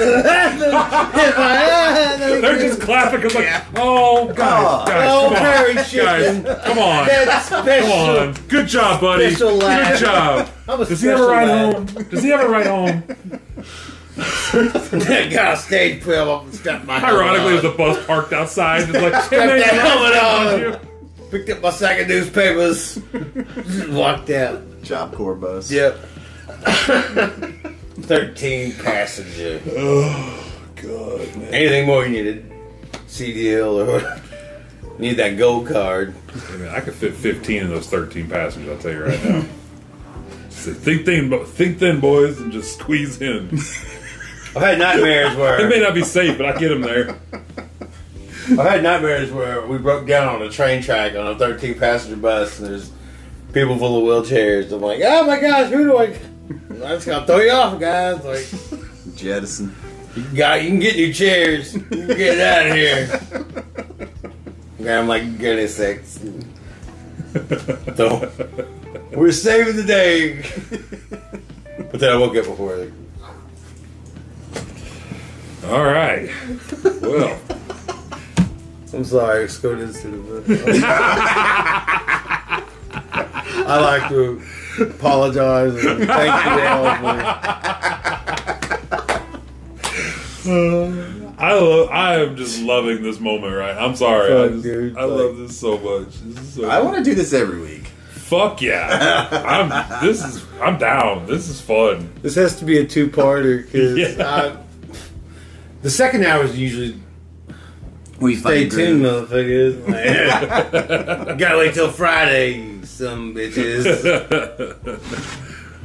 They're just clapping because, like, oh, guys, guys, Oh, come on. Perry guys, Shipman. come on. That's Come special. on. Good job, buddy. Special Good lad. job. I'm a Does he ever special write lad. home? Does he ever write home? [laughs] that guy stayed put up and stepped my helmet Ironically, on. there's a bus parked outside. [laughs] It's like, hey, man, that helmet on. you. picked up my sack of [laughs] newspapers, walked out. Job Corps bus. Yep. [laughs] Thirteen passenger. Oh god. Anything more you needed? CDL or whatever. need that gold card. Hey, man, I could fit 15 of those 13 passengers. I'll tell you [laughs] right now. Just think thin, bo- think thin, boys, and just squeeze in. I've had nightmares [laughs] It may where not be safe, but I get [laughs] them there. I've had nightmares where we broke down on a train track on a thirteen passenger bus and there's people full of wheelchairs. I'm like, oh my gosh, who do I [laughs] I just gotta throw you off guys like [laughs] Jettison. God, you can get your chairs. You can get out of here. [laughs] Man, I'm like, goodness sakes. So, we're saving the day. [laughs] But then I woke up before. Like, All right. Well, I'm sorry, it's going into [laughs] the bus. I like to apologize and thank you all for I love. I am just loving this moment, right? I'm sorry. I, Fuck, just- dude, I fuck. love this so much. This is so I want to do this every week. Fuck yeah! I'm. This is. I'm down. This is fun. [laughs] This has to be a two parter because Yeah. the second hour is usually We Stay fight. tuned, motherfuckers. [laughs] Gotta wait till Friday, some bitches.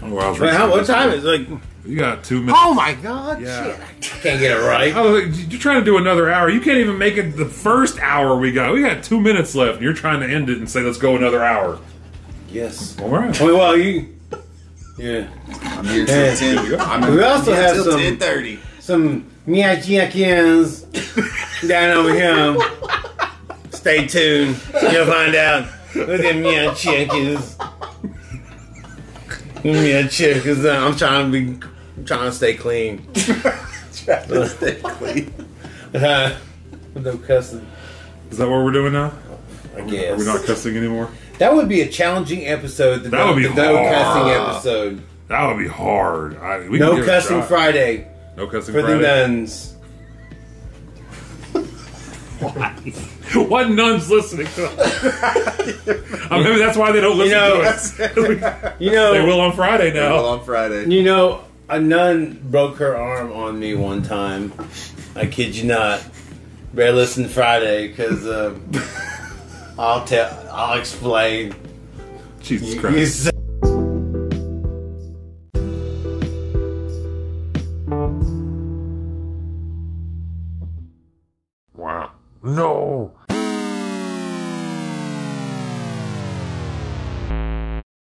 Wait, how, what time is it? Like, You got two minutes. oh my god, Yeah. shit. I can't get it right. I was like, you're trying to do another hour. You can't even make it the first hour we got. We got two minutes left, and you're trying to end it and say, let's go another hour. Yes. All right. Wait, well, you. Yeah. I'm here till ten. I'm We also here have till some- ten thirty. Some Miyachiakins down over here. Stay tuned. You'll find out who the Miyachiakins. Miyachiakins. are. I'm trying to be. I'm trying to stay clean. [laughs] Stay clean. Uh, no cussing. Is that what we're doing now? I Are guess. we not cussing anymore? That would be a challenging episode. The That would be no, the no hard. cussing episode. That would be hard. I, we can No give it a cussing shot. Friday No cussing for the Friday. nuns. [laughs] What nuns listening [laughs] to us? I mean, maybe that's why they don't listen know, to us. You [laughs] they know, will on Friday now. Oh. Well, on Friday. you know, a nun broke her arm on me one time. I kid you not. Better listen Friday because uh, I'll tell. I'll explain. Jesus You Christ. s- Wow. No.